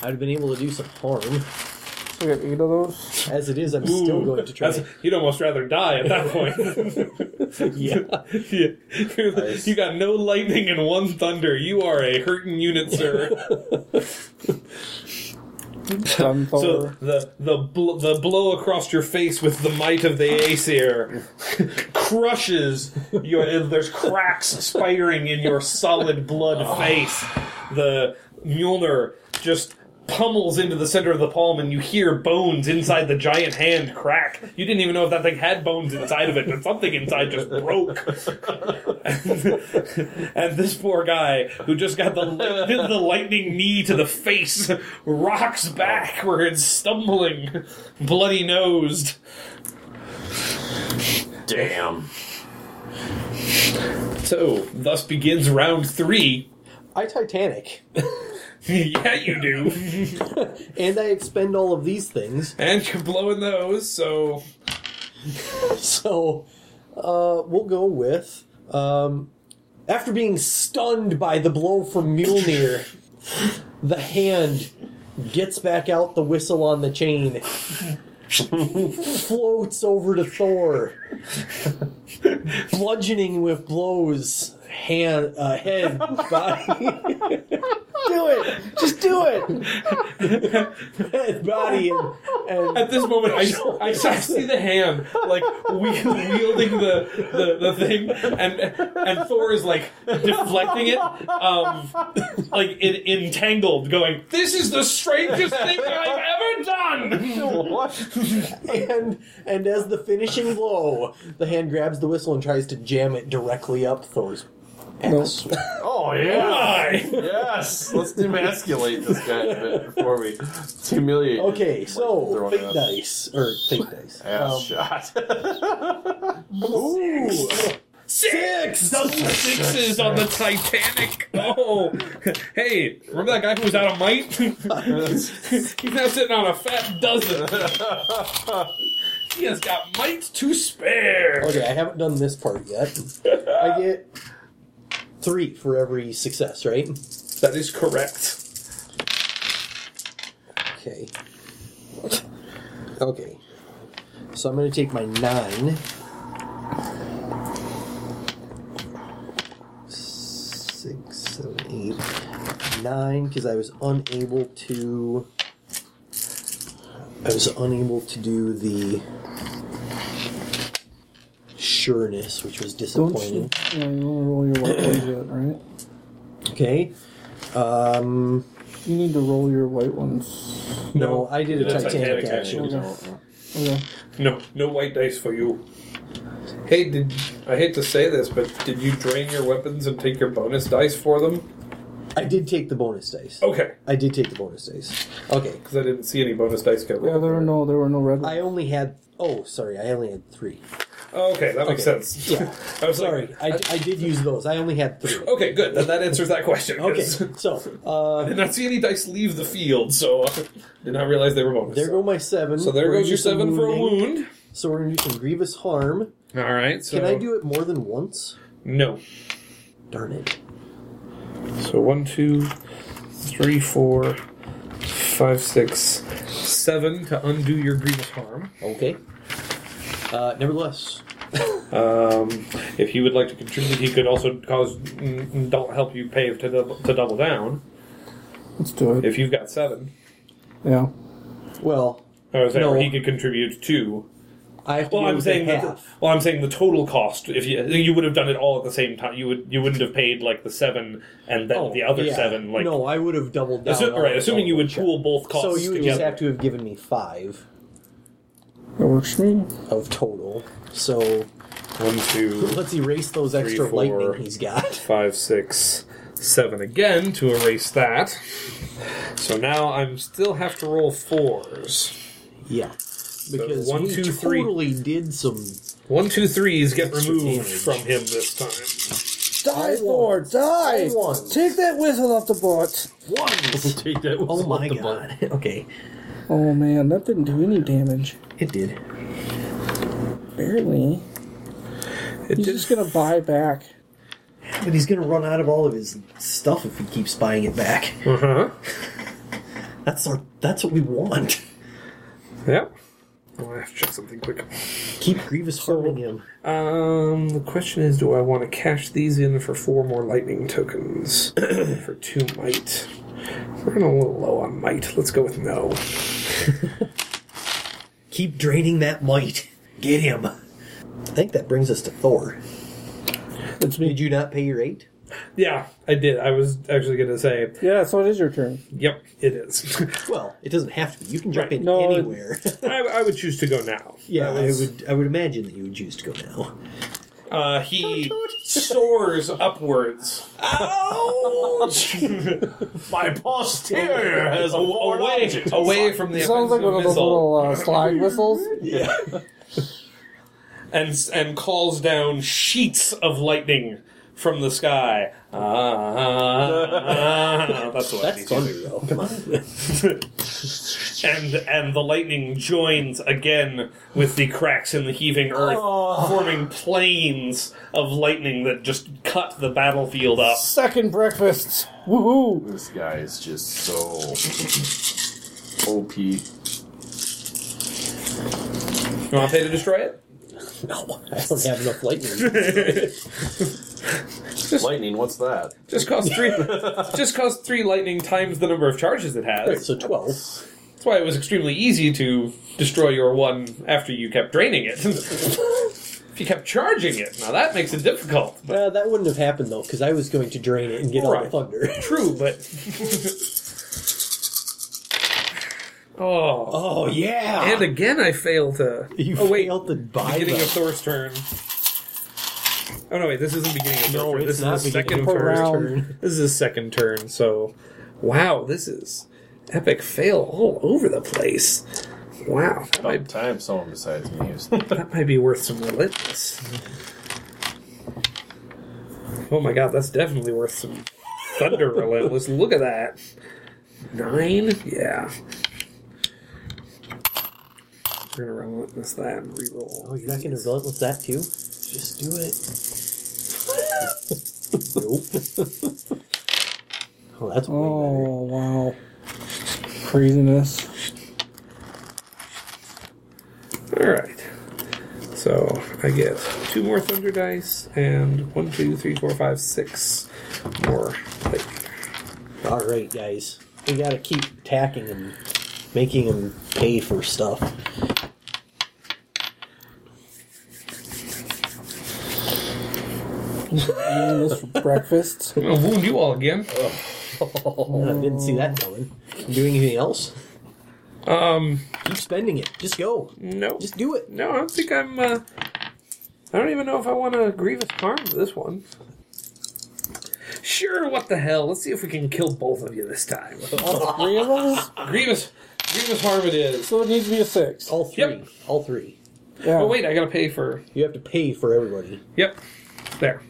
Speaker 8: I'd have been able to do some harm.
Speaker 4: So I got eight of those.
Speaker 8: As it is, I'm still going to try.
Speaker 7: That's, you'd almost rather die at that point. yeah. You got no lightning and one thunder. You are a hurting unit, sir.
Speaker 4: Gunfire.
Speaker 7: so the the bl- the blow across your face with the might of the Aesir crushes your. There's cracks spidering in your solid blood face. The Mjolnir just pummels into the center of the palm, and you hear bones inside the giant hand crack. You didn't even know if that thing had bones inside of it, but something inside just broke. and this poor guy who just got the did the lightning knee to the face rocks backwards, stumbling, bloody nosed.
Speaker 5: Damn.
Speaker 7: So, thus begins round three.
Speaker 8: I Titanic,
Speaker 7: yeah, you do.
Speaker 8: and I expend all of these things.
Speaker 7: And you're blowing those, so
Speaker 8: So uh, we'll go with um, after being stunned by the blow from Mjolnir, the hand gets back out the whistle on the chain, floats over to Thor, bludgeoning with blows. Hand, uh, head, body. do it! Just do it! head, body, and, and
Speaker 7: at this moment, I, I, I see the hand like we- wielding the, the, the thing, and and Thor is like deflecting it, um, like in, entangled, going, "This is the strangest thing I've ever done."
Speaker 8: and and as the finishing blow, the hand grabs the whistle and tries to jam it directly up Thor's ass.
Speaker 5: Oh, yeah.
Speaker 7: Why?
Speaker 5: Yes. Let's demasculate this guy a bit before we humiliate him.
Speaker 8: Okay, so
Speaker 5: Throwing
Speaker 8: fake
Speaker 5: up.
Speaker 8: dice or fake dice.
Speaker 5: Ass
Speaker 8: Um,
Speaker 5: shot.
Speaker 8: ooh,
Speaker 7: Six double sixes on the Titanic. Oh, hey, remember that guy who was out of might? He's now sitting on a fat dozen. He has got might to spare.
Speaker 8: Okay, I haven't done this part yet. I get three for every success, right?
Speaker 7: That is correct.
Speaker 8: Okay. Okay. So I'm going to take my nine. Six, seven, eight, nine, because I was unable to. I was unable to do the sureness, which was
Speaker 4: Don't
Speaker 8: disappointing.
Speaker 4: you? Yeah, you don't roll your white ones yet, right?
Speaker 8: Okay. Um,
Speaker 4: You need to roll your white ones.
Speaker 8: no, I did a
Speaker 7: That's
Speaker 8: Titanic,
Speaker 7: Titanic
Speaker 8: action.
Speaker 7: action.
Speaker 4: Okay.
Speaker 7: No, no white dice for you. Hey, did I hate to say this, but did you drain your weapons and take your bonus dice for them?
Speaker 8: I did take the bonus dice.
Speaker 7: Okay,
Speaker 8: I did take the bonus dice. Okay.
Speaker 7: because I didn't see any bonus dice go.
Speaker 4: Yeah, there were no, there were no red
Speaker 8: I
Speaker 4: ones.
Speaker 8: only had. Oh, sorry. I only had three.
Speaker 7: Okay, that makes
Speaker 8: Okay.
Speaker 7: sense.
Speaker 8: Yeah.
Speaker 7: I was sorry.
Speaker 8: Sorry. I, I did use those. I only had three.
Speaker 7: okay, good. Then that answers that question.
Speaker 8: Okay.
Speaker 7: 'cause
Speaker 8: So, uh,
Speaker 7: I did not see any dice leave the field, so I did not realize they were bonus.
Speaker 8: there go my seven.
Speaker 7: so there goes
Speaker 8: We're gonna
Speaker 7: your
Speaker 8: do some
Speaker 7: seven for a
Speaker 8: wounding.
Speaker 7: wound.
Speaker 8: So we're going to do some grievous harm.
Speaker 7: All right. So
Speaker 8: Can I do it more than once?
Speaker 7: no?
Speaker 8: Darn it.
Speaker 7: So one, two, three, four, five, six, seven to undo your grievous harm.
Speaker 8: Okay. Uh, nevertheless,
Speaker 7: Um, if he would like to contribute, he could also cause mm, mm, don't help you pave to double, to double down.
Speaker 4: Let's do it.
Speaker 7: If you've got seven,
Speaker 4: Yeah.
Speaker 8: well,
Speaker 7: or is that
Speaker 8: No.
Speaker 7: where he could contribute two.
Speaker 8: I have to
Speaker 7: Well,
Speaker 8: go
Speaker 7: I'm
Speaker 8: with
Speaker 7: saying
Speaker 8: the
Speaker 7: that,
Speaker 8: half.
Speaker 7: well, I'm saying the total cost. If you you would have done it all at the same time, you would you wouldn't have paid like the seven and then the other
Speaker 8: Oh, yeah.
Speaker 7: seven. Like
Speaker 8: no, I would have doubled down.
Speaker 7: assu-
Speaker 8: on
Speaker 7: right,
Speaker 8: it.
Speaker 7: assuming you would pool both costs.
Speaker 8: So you would just
Speaker 7: together.
Speaker 8: have to have given me five
Speaker 4: That works for me.
Speaker 8: of total. So
Speaker 7: one, two,
Speaker 8: let's erase those extra
Speaker 7: four.
Speaker 8: lightning he's got.
Speaker 7: five, six, seven again to erase that. So now I'm still have to roll fours.
Speaker 8: yeah. Because
Speaker 7: one,
Speaker 8: we
Speaker 7: two, three.
Speaker 8: totally did some
Speaker 7: One, two, threes get removed
Speaker 8: damage.
Speaker 7: from him this time.
Speaker 4: Die,
Speaker 8: Lord,
Speaker 4: die!
Speaker 8: I won.
Speaker 4: Take that whistle off the board.
Speaker 8: ones.
Speaker 5: Take that with
Speaker 8: Oh my
Speaker 5: the
Speaker 8: god. okay.
Speaker 4: Oh man, that didn't do any damage.
Speaker 8: It did.
Speaker 4: Barely.
Speaker 7: It
Speaker 4: He's
Speaker 7: did-
Speaker 4: just gonna buy back.
Speaker 8: But he's gonna run out of all of his stuff if he keeps buying it back.
Speaker 7: Uh-huh.
Speaker 8: That's our that's what we want.
Speaker 7: Yep. Well, I have to check something quick.
Speaker 8: Keep Grievous harming him.
Speaker 7: Um, the question is, do I want to cash these in for four more lightning tokens for two might? We're going a little low on might. Let's go with no.
Speaker 8: Keep draining that might. Get him. I think that brings us to Thor.
Speaker 4: It's me.
Speaker 8: Did you not pay your eight?
Speaker 7: Yeah, I did. I was actually going to say,
Speaker 4: Yeah, so it is your turn.
Speaker 7: yep, it is.
Speaker 8: Well, it doesn't have to be. You can jump in
Speaker 4: No, it-
Speaker 8: anywhere.
Speaker 7: I, I would choose to go now.
Speaker 8: yeah,
Speaker 7: That was-
Speaker 8: I would. I would imagine that you would choose to go now.
Speaker 6: Uh, he soars upwards.
Speaker 5: My posterior
Speaker 7: Oh,
Speaker 5: has a worn
Speaker 6: Away, away from the
Speaker 4: Sounds like one of those
Speaker 6: missile.
Speaker 4: little uh, slide whistles.
Speaker 6: and and calls down sheets of lightning from the sky. Ah, ah, ah. that's what I need to do.
Speaker 8: though. Come on.
Speaker 6: And and the lightning joins again with the cracks in the heaving earth, forming planes of lightning that just cut the battlefield up.
Speaker 4: Second breakfast. Woohoo!
Speaker 5: This guy is just so OP.
Speaker 7: You want to pay to destroy it?
Speaker 8: no, I don't have enough lightning.
Speaker 5: Lightning, what's that?
Speaker 7: Just cost three. just cost three lightning times the number of charges it has.
Speaker 8: so twelve.
Speaker 7: That's why it was extremely easy to destroy your one after you kept draining it. if you kept charging it, now that makes it difficult. But
Speaker 8: Uh, that wouldn't have happened though, because I was going to drain it and get all the
Speaker 7: Right.
Speaker 8: thunder.
Speaker 7: true, but oh,
Speaker 8: Oh yeah.
Speaker 7: and again I fail to.
Speaker 8: you
Speaker 7: oh wait,
Speaker 8: failed to buy
Speaker 7: beginning of
Speaker 8: the
Speaker 7: Thor's turn. Oh no, wait, this isn't beginning of Thor's
Speaker 8: No,
Speaker 7: turn.
Speaker 8: it's
Speaker 7: this
Speaker 8: not
Speaker 7: is the
Speaker 8: beginning
Speaker 7: second
Speaker 8: of Thor's
Speaker 7: turn.
Speaker 8: turn.
Speaker 7: This is his second turn. So, wow, this is epic fail all over the place. Wow, that might
Speaker 5: About time someone besides me is.
Speaker 7: That might be worth some relentless. Oh my god, that's definitely worth some thunder relentless. Look at that. Nine? Yeah.
Speaker 4: We're gonna run with this that and reroll.
Speaker 8: Oh, you're not going to roll it with that too? Just do it. nope. oh, that's way better.
Speaker 4: Oh wow, craziness! All right, so I get two more thunder dice and one, two, three, four, five, six more. Like,
Speaker 8: All right, guys. We got to keep attacking and making them pay for stuff.
Speaker 4: eating this for breakfast.
Speaker 7: I'm gonna wound you all again.
Speaker 8: I didn't see that coming. Doing anything else?
Speaker 7: Um,
Speaker 8: Keep spending it. Just go.
Speaker 7: no,
Speaker 8: Just do it.
Speaker 7: no, I don't think I'm. Uh, I don't even know if I want to grievous harm to this one. Sure, what the hell? Let's see if we can kill both of you this time.
Speaker 4: Three of us,
Speaker 7: grievous, grievous harm it is.
Speaker 4: so it needs to be a six.
Speaker 8: All three.
Speaker 7: Yep.
Speaker 8: All three.
Speaker 4: Yeah.
Speaker 7: Oh wait, I gotta pay for.
Speaker 8: You have to pay for everybody.
Speaker 7: Yep, there.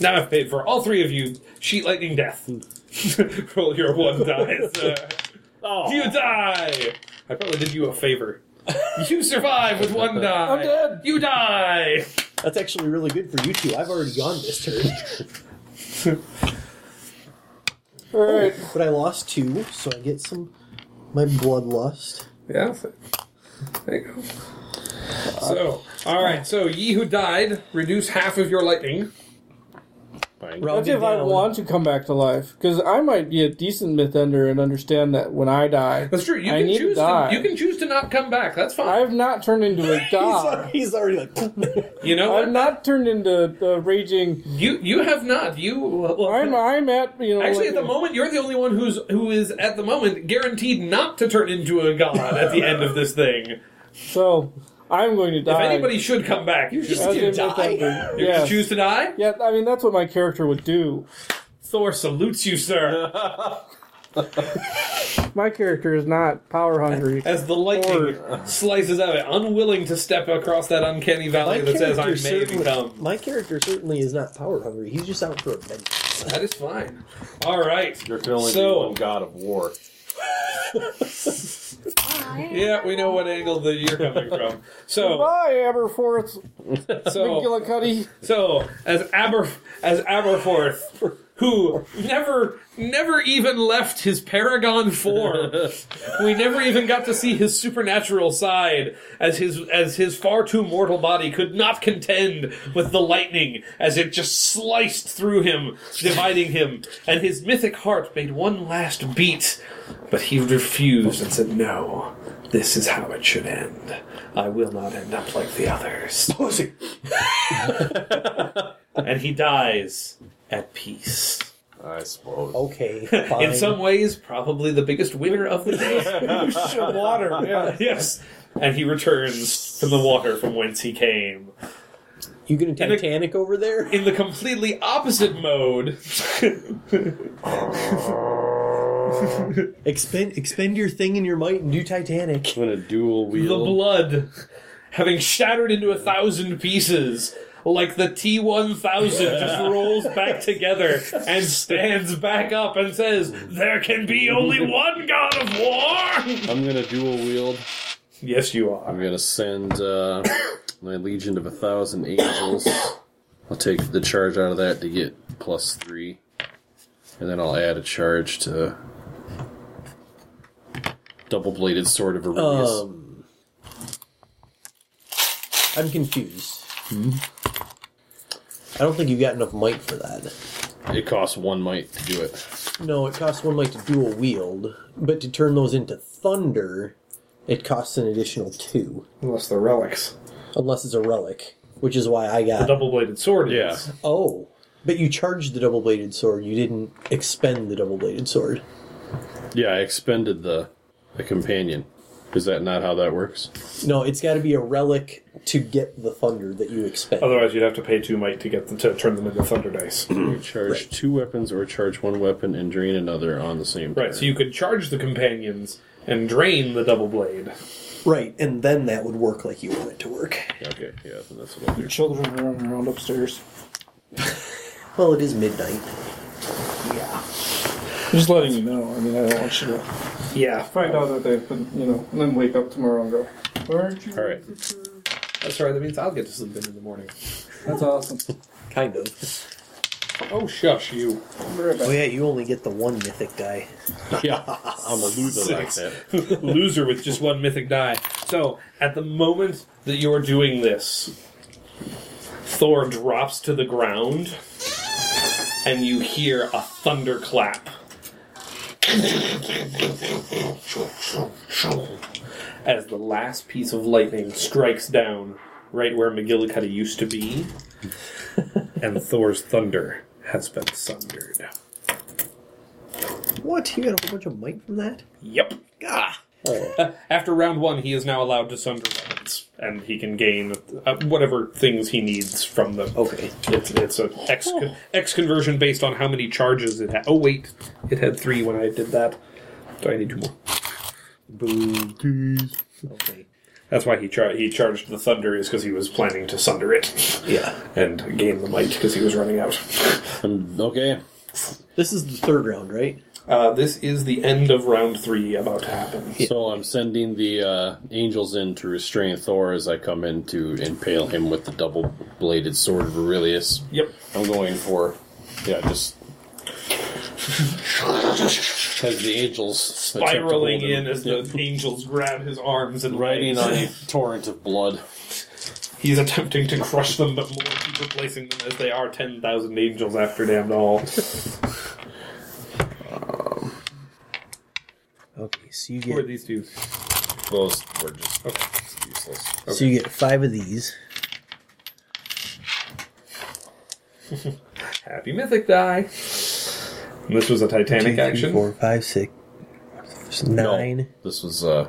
Speaker 10: Now I've paid for all three of you. Sheet lightning death. Roll your one dice. Uh, You die. I probably did you a favor.
Speaker 7: You survive with one die.
Speaker 4: I'm dead.
Speaker 7: You die.
Speaker 8: That's actually really good for you two. I've already gone this turn.
Speaker 4: All right.
Speaker 8: But I lost two, so I get some my bloodlust.
Speaker 7: Yeah. so- There you go. So, all right. So, ye who died, reduce half of your lightning.
Speaker 4: That's if I want to come back to life, because I might be a decent myth ender and understand that when I die,
Speaker 7: That's true. You
Speaker 4: I
Speaker 7: can
Speaker 4: need to
Speaker 7: choose.
Speaker 4: die.
Speaker 7: To, you can choose to not come back. That's fine.
Speaker 4: I have not turned into a god.
Speaker 8: He's already like,
Speaker 7: you know,
Speaker 4: I've
Speaker 7: what?
Speaker 4: not turned into a raging.
Speaker 7: you you have not. You well,
Speaker 4: I'm I'm at you know.
Speaker 7: actually
Speaker 4: like-
Speaker 7: at the moment you're the only one who's who is at the moment guaranteed not to turn into a god at the end of this thing.
Speaker 4: So I'm going to
Speaker 7: If
Speaker 4: die.
Speaker 7: anybody should come back, you just
Speaker 4: As a
Speaker 7: you
Speaker 4: myth ender. Yeah.
Speaker 7: choose to die.
Speaker 4: Yeah, I mean that's what my character would do.
Speaker 7: Thor salutes you, sir.
Speaker 4: My character is not power hungry.
Speaker 7: As the lightning slices out, unwilling to step across that uncanny valley that says, "I may become."
Speaker 8: my character certainly is not power hungry. He's just out for a vengeance.
Speaker 7: That is fine. All right.
Speaker 5: There can only
Speaker 7: So-
Speaker 5: be one god of war.
Speaker 7: Yeah, we know what angle that you're coming from. So,
Speaker 4: Bye, Aberforth,
Speaker 7: so,
Speaker 4: McGillicuddy.
Speaker 7: so as Aber as Aberforth, who never never even left his Paragon form, we never even got to see his supernatural side, as his as his far too mortal body could not contend with the lightning as it just sliced through him, dividing him, and his mythic heart made one last beat, but he refused and said no. This is how it should end. I will not end up like the others. and he dies at peace.
Speaker 5: I suppose.
Speaker 8: Okay, fine.
Speaker 7: In some ways, probably the biggest winner of the day. water. Yes. And he returns from the water from whence he came.
Speaker 8: you gonna
Speaker 7: a-
Speaker 8: Titanic over there?
Speaker 7: In the completely opposite mode,
Speaker 8: Expend expend your thing and your might and do Titanic.
Speaker 5: I'm gonna dual
Speaker 7: the
Speaker 5: wield.
Speaker 7: blood, having shattered into a thousand pieces, like the T 1000 just rolls back together and stands back up and says, There can be only one God of War!
Speaker 5: I'm gonna dual wield.
Speaker 7: Yes, you are.
Speaker 5: I'm gonna send uh, my legion of a thousand angels. I'll take the charge out of that to get plus three, and then I'll add a charge to double-bladed sword of Aurelius.
Speaker 8: Um, I'm confused. Hmm? I don't think you got enough might for that.
Speaker 5: it costs one might to do it.
Speaker 8: No, it costs one might to dual wield, but to turn those into thunder, it costs an additional two,
Speaker 4: Unless they're relics.
Speaker 8: unless it's a relic, which is why I got
Speaker 7: Double bladed sword.
Speaker 5: Yeah,
Speaker 8: Oh, but you charged the double bladed sword. You didn't expend the double bladed sword.
Speaker 5: yeah. I expended the the companion. Is that not how that works?
Speaker 8: No, it's got to be a relic to get the thunder that you expend.
Speaker 10: Otherwise, you'd have to pay two might to get them to turn them into thunder dice.
Speaker 5: Charge two weapons or charge one weapon and drain another on the same turn.
Speaker 10: right. So you could charge the companions and drain the double blade.
Speaker 8: Right, and then that would work like you want it to work.
Speaker 5: Okay, yeah, then that's what I'll do.
Speaker 4: Children are running around upstairs.
Speaker 8: Well, it is midnight.
Speaker 4: I'm just letting you know. I mean, I don't want you to
Speaker 10: Yeah.
Speaker 4: find out that they've been, you know, and then wake up tomorrow and go,
Speaker 5: All right.
Speaker 10: That's right. That means I'll get to sleep in in the morning.
Speaker 4: That's awesome.
Speaker 8: Kind of.
Speaker 5: Oh, shush you.
Speaker 8: Oh yeah, you only get the one mythic guy.
Speaker 5: Yeah, I'm a loser like that.
Speaker 6: Loser with just one mythic die. So, at the moment that you're doing this, Thor drops to the ground, and you hear a thunderclap. As the last piece of lightning strikes down right where McGillicuddy used to be, and Thor's thunder has been sundered.
Speaker 8: What? You got a whole bunch of mic from that?
Speaker 6: Yep.
Speaker 8: Gah.
Speaker 6: After round one, he is now allowed to sunder weapons, and he can gain uh, whatever things he needs from them.
Speaker 8: Okay.
Speaker 6: It's, it's a X, X conversion based on how many charges it had. Oh, wait. It had three when I did that. So I need two more.
Speaker 8: Okay.
Speaker 6: That's why he, char- he charged the thunder, is because he was planning to sunder it
Speaker 8: Yeah.
Speaker 6: and gain the might because he was running out.
Speaker 5: Um, okay.
Speaker 8: This is the third round, right?
Speaker 6: Uh, this is the end of round three about to happen.
Speaker 5: So I'm sending the uh, angels in to restrain Thor as I come in to impale him with the double bladed sword of Aurelius.
Speaker 6: Yep.
Speaker 5: I'm going for, yeah, just. As the angels attempt to hold
Speaker 6: Spiraling
Speaker 5: him.
Speaker 6: in as
Speaker 5: Yep.
Speaker 6: the angels grab his arms and
Speaker 5: Riding
Speaker 6: legs.
Speaker 5: on a torrent of blood.
Speaker 6: He's attempting to crush them, but more keep replacing them as they are 10,000 angels after damned all.
Speaker 8: Okay. So you
Speaker 6: Who are
Speaker 8: get
Speaker 6: these two?
Speaker 5: Those were just useless.
Speaker 8: so you get five of these.
Speaker 6: Happy Mythic Die. And this was a
Speaker 8: Two,
Speaker 6: Titanic
Speaker 8: three,
Speaker 6: action.
Speaker 8: four, five, six, nine.
Speaker 5: This was uh,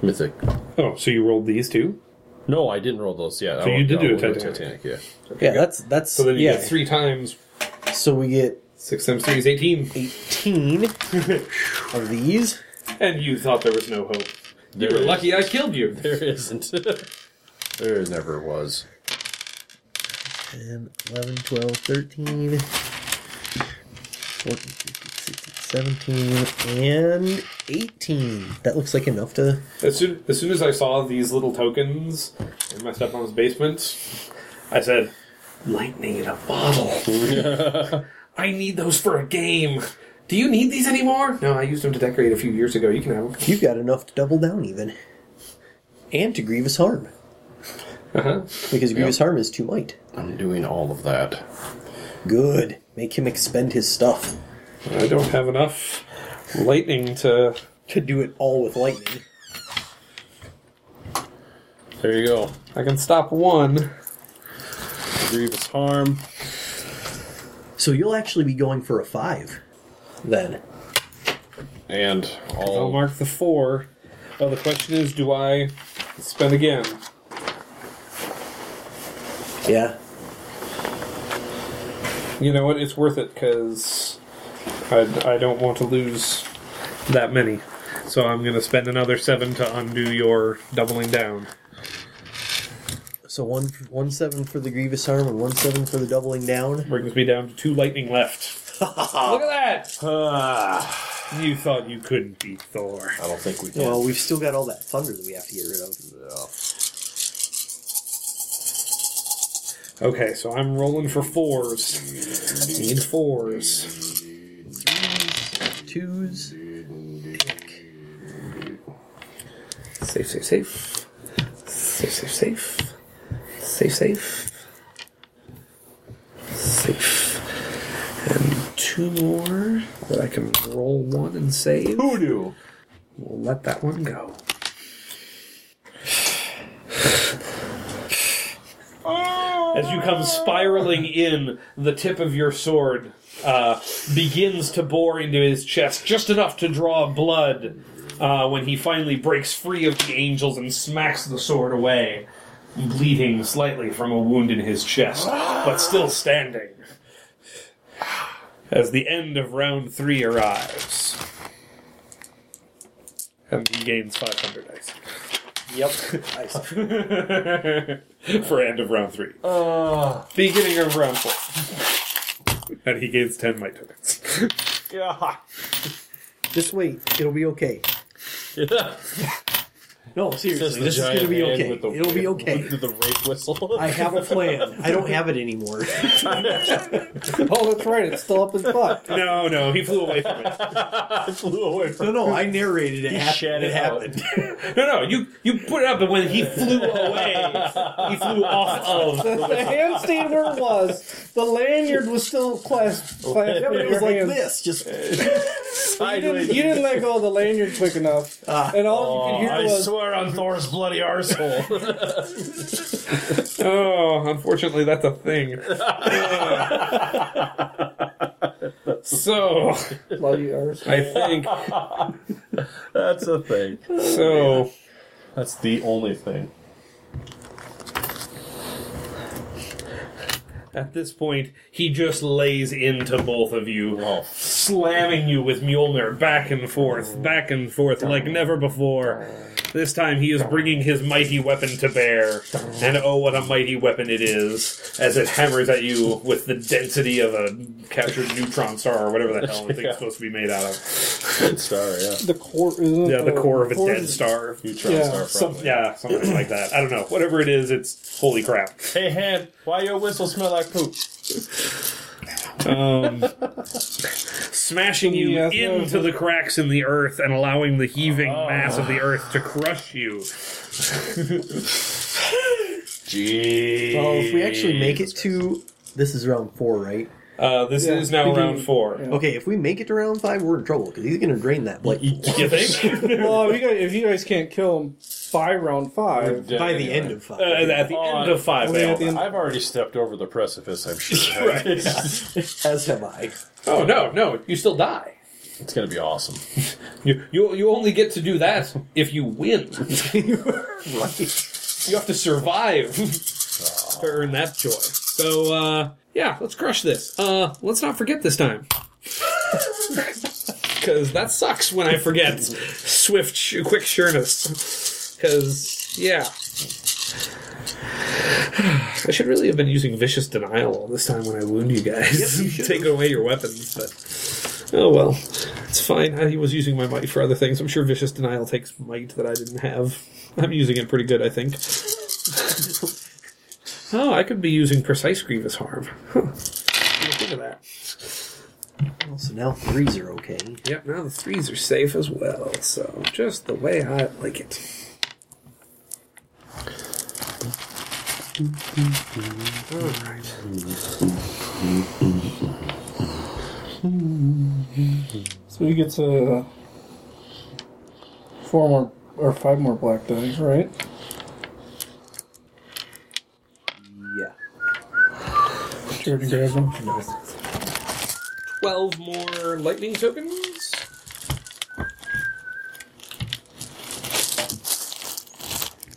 Speaker 5: mythic.
Speaker 6: Oh, so you rolled these two?
Speaker 5: No, I didn't roll those. Yeah,
Speaker 6: So
Speaker 5: I
Speaker 6: you did
Speaker 5: I
Speaker 6: do a
Speaker 5: rolled
Speaker 6: Titanic.
Speaker 5: Yeah.
Speaker 8: Yeah, that's that's
Speaker 6: So then you
Speaker 8: yeah.
Speaker 6: get three times.
Speaker 8: So we get
Speaker 6: Six times three is 18.
Speaker 8: eighteen of these.
Speaker 6: And you thought there was no hope. You
Speaker 5: There
Speaker 6: were
Speaker 5: is.
Speaker 6: lucky I killed you.
Speaker 5: There isn't. there never was.
Speaker 8: 10, 11, 12, 13, 14, 15, 16, 17, and 18. That looks like enough to.
Speaker 6: As soon, as soon as I saw these little tokens in my stepmom's basement, I said, Lightning in a bottle. I need those for a game. Do you need these anymore? No, I used them to decorate a few years ago. You can have them.
Speaker 8: You've got enough to double down, even. And to grievous harm.
Speaker 6: Uh-huh.
Speaker 8: Because grievous harm is two might.
Speaker 5: I'm doing all of that.
Speaker 8: Good. Make him expend his stuff.
Speaker 6: I don't have enough lightning to.
Speaker 8: Could do it all with lightning.
Speaker 5: There you go.
Speaker 6: I can stop one.
Speaker 5: Grievous harm.
Speaker 8: So you'll actually be going for a five then.
Speaker 5: And
Speaker 6: I'll
Speaker 5: all.
Speaker 6: mark the four. Well, the question is, do I spend again?
Speaker 8: Yeah.
Speaker 6: You know what? It's worth it because I, I don't want to lose that many. So I'm going to spend another seven to undo your doubling down.
Speaker 8: So one one seven for the grievous harm and one seven for the doubling down.
Speaker 6: Brings me down to two lightning left. Look at that! you thought you couldn't beat Thor.
Speaker 5: I don't think we can.
Speaker 8: Well, we've still got all that thunder that we have to get rid of.
Speaker 6: Okay, so I'm rolling for fours. Need fours.
Speaker 8: Twos.
Speaker 6: Safe, safe, safe. Safe, safe, safe. Safe, safe. Safe. And two more that I can roll one and save.
Speaker 5: Voodoo.
Speaker 6: We'll let that one go. As you come spiraling in, the tip of your sword uh, begins to bore into his chest just enough to draw blood uh, when he finally breaks free of the angels and smacks the sword away, bleeding slightly from a wound in his chest, but still standing. As the end of round three arrives. And he gains 500 dice. Yep. For end of round three. Beginning of round four. and he gains 10 might tokens.
Speaker 8: Just wait, it'll be okay.
Speaker 11: No, seriously, this is going to
Speaker 5: giant
Speaker 11: be
Speaker 5: hand
Speaker 11: okay.
Speaker 5: with the-
Speaker 11: It'll be okay.
Speaker 5: The rape whistle.
Speaker 11: I have a plan. I don't have it anymore.
Speaker 4: Oh, that's right. It's still up his butt.
Speaker 6: No, no, he flew away from it.
Speaker 5: flew away from
Speaker 11: No, no, I narrated it. hap-
Speaker 5: shat
Speaker 11: it
Speaker 5: it out.
Speaker 11: happened.
Speaker 6: No, no, you you put it up, and when he flew away, he flew off of.
Speaker 4: That's the handstand where it was. The lanyard was still clasped. clasped in
Speaker 11: It
Speaker 4: your
Speaker 11: was like
Speaker 4: hand.
Speaker 11: this. Just
Speaker 4: You didn't, you didn't let go of the lanyard quick enough,
Speaker 6: Ah.
Speaker 4: and all you could hear was
Speaker 5: swear on Thor's bloody arsehole.
Speaker 6: Oh, unfortunately, that's a thing. so
Speaker 4: bloody arse.
Speaker 6: I think
Speaker 5: That's a thing.
Speaker 6: so.
Speaker 5: That's the only thing.
Speaker 6: At this point, he just lays into both of you,
Speaker 5: Oh,
Speaker 6: slamming you with Mjolnir back and forth, back and forth, like never before. This time, he is bringing his mighty weapon to bear, and oh, what a mighty weapon it is, as it hammers at you with the density of a captured neutron star, or whatever the hell the thing's supposed to be made out of.
Speaker 5: Good star, yeah.
Speaker 4: The core, isn't it
Speaker 6: Yeah, the core of a
Speaker 4: core
Speaker 6: dead star.
Speaker 5: Neutron
Speaker 4: Yeah,
Speaker 5: star
Speaker 6: Some,
Speaker 5: probably.
Speaker 6: yeah, something like that. I don't know. Whatever it is, it's holy crap.
Speaker 5: Hey, hand, why your whistle smell like poop?
Speaker 6: smashing you
Speaker 4: Yes,
Speaker 6: into
Speaker 4: yes.
Speaker 6: the cracks in the earth and allowing the heaving mass of the earth to crush you.
Speaker 5: Gee.
Speaker 8: Well, Oh, if we actually make it to this is round four, right?
Speaker 6: Uh, this
Speaker 4: Yeah,
Speaker 6: is now
Speaker 4: we do-
Speaker 6: round four.
Speaker 8: Okay, if we make it to round five, we're in trouble because he's going to drain that blood
Speaker 6: You think?
Speaker 4: Well, if you, guys, if you guys can't kill him by round five,
Speaker 8: by the end of five.
Speaker 6: Uh, at the end of five,
Speaker 4: Way
Speaker 6: they
Speaker 4: at
Speaker 6: all
Speaker 4: the end-
Speaker 5: I've already stepped over the precipice, I'm sure.
Speaker 8: As have I.
Speaker 7: Oh no, no, you still die.
Speaker 5: It's going to be awesome.
Speaker 7: You, you you only get to do that if you win.
Speaker 8: Right.
Speaker 7: You have to survive to earn that joy. So uh, yeah, let's crush this. Uh, let's not forget this time. Because that sucks when I forget swift, sh- quick sureness. Because yeah, I should really have been using vicious denial all this time when I wound you guys, taking away your weapons. But oh well, it's fine. I was using my might for other things. I'm sure vicious denial takes might that I didn't have. I'm using it pretty good, I think. oh, I could be using precise grievous harm. Huh. Didn't Think of that.
Speaker 8: Well, so now threes are okay.
Speaker 7: Yep, now the threes are safe as well. So just the way I like it. All right.
Speaker 4: so he gets uh, four more or five more black dice, right?
Speaker 8: Yeah.
Speaker 4: Sure to grab them.
Speaker 7: 12 more lightning tokens.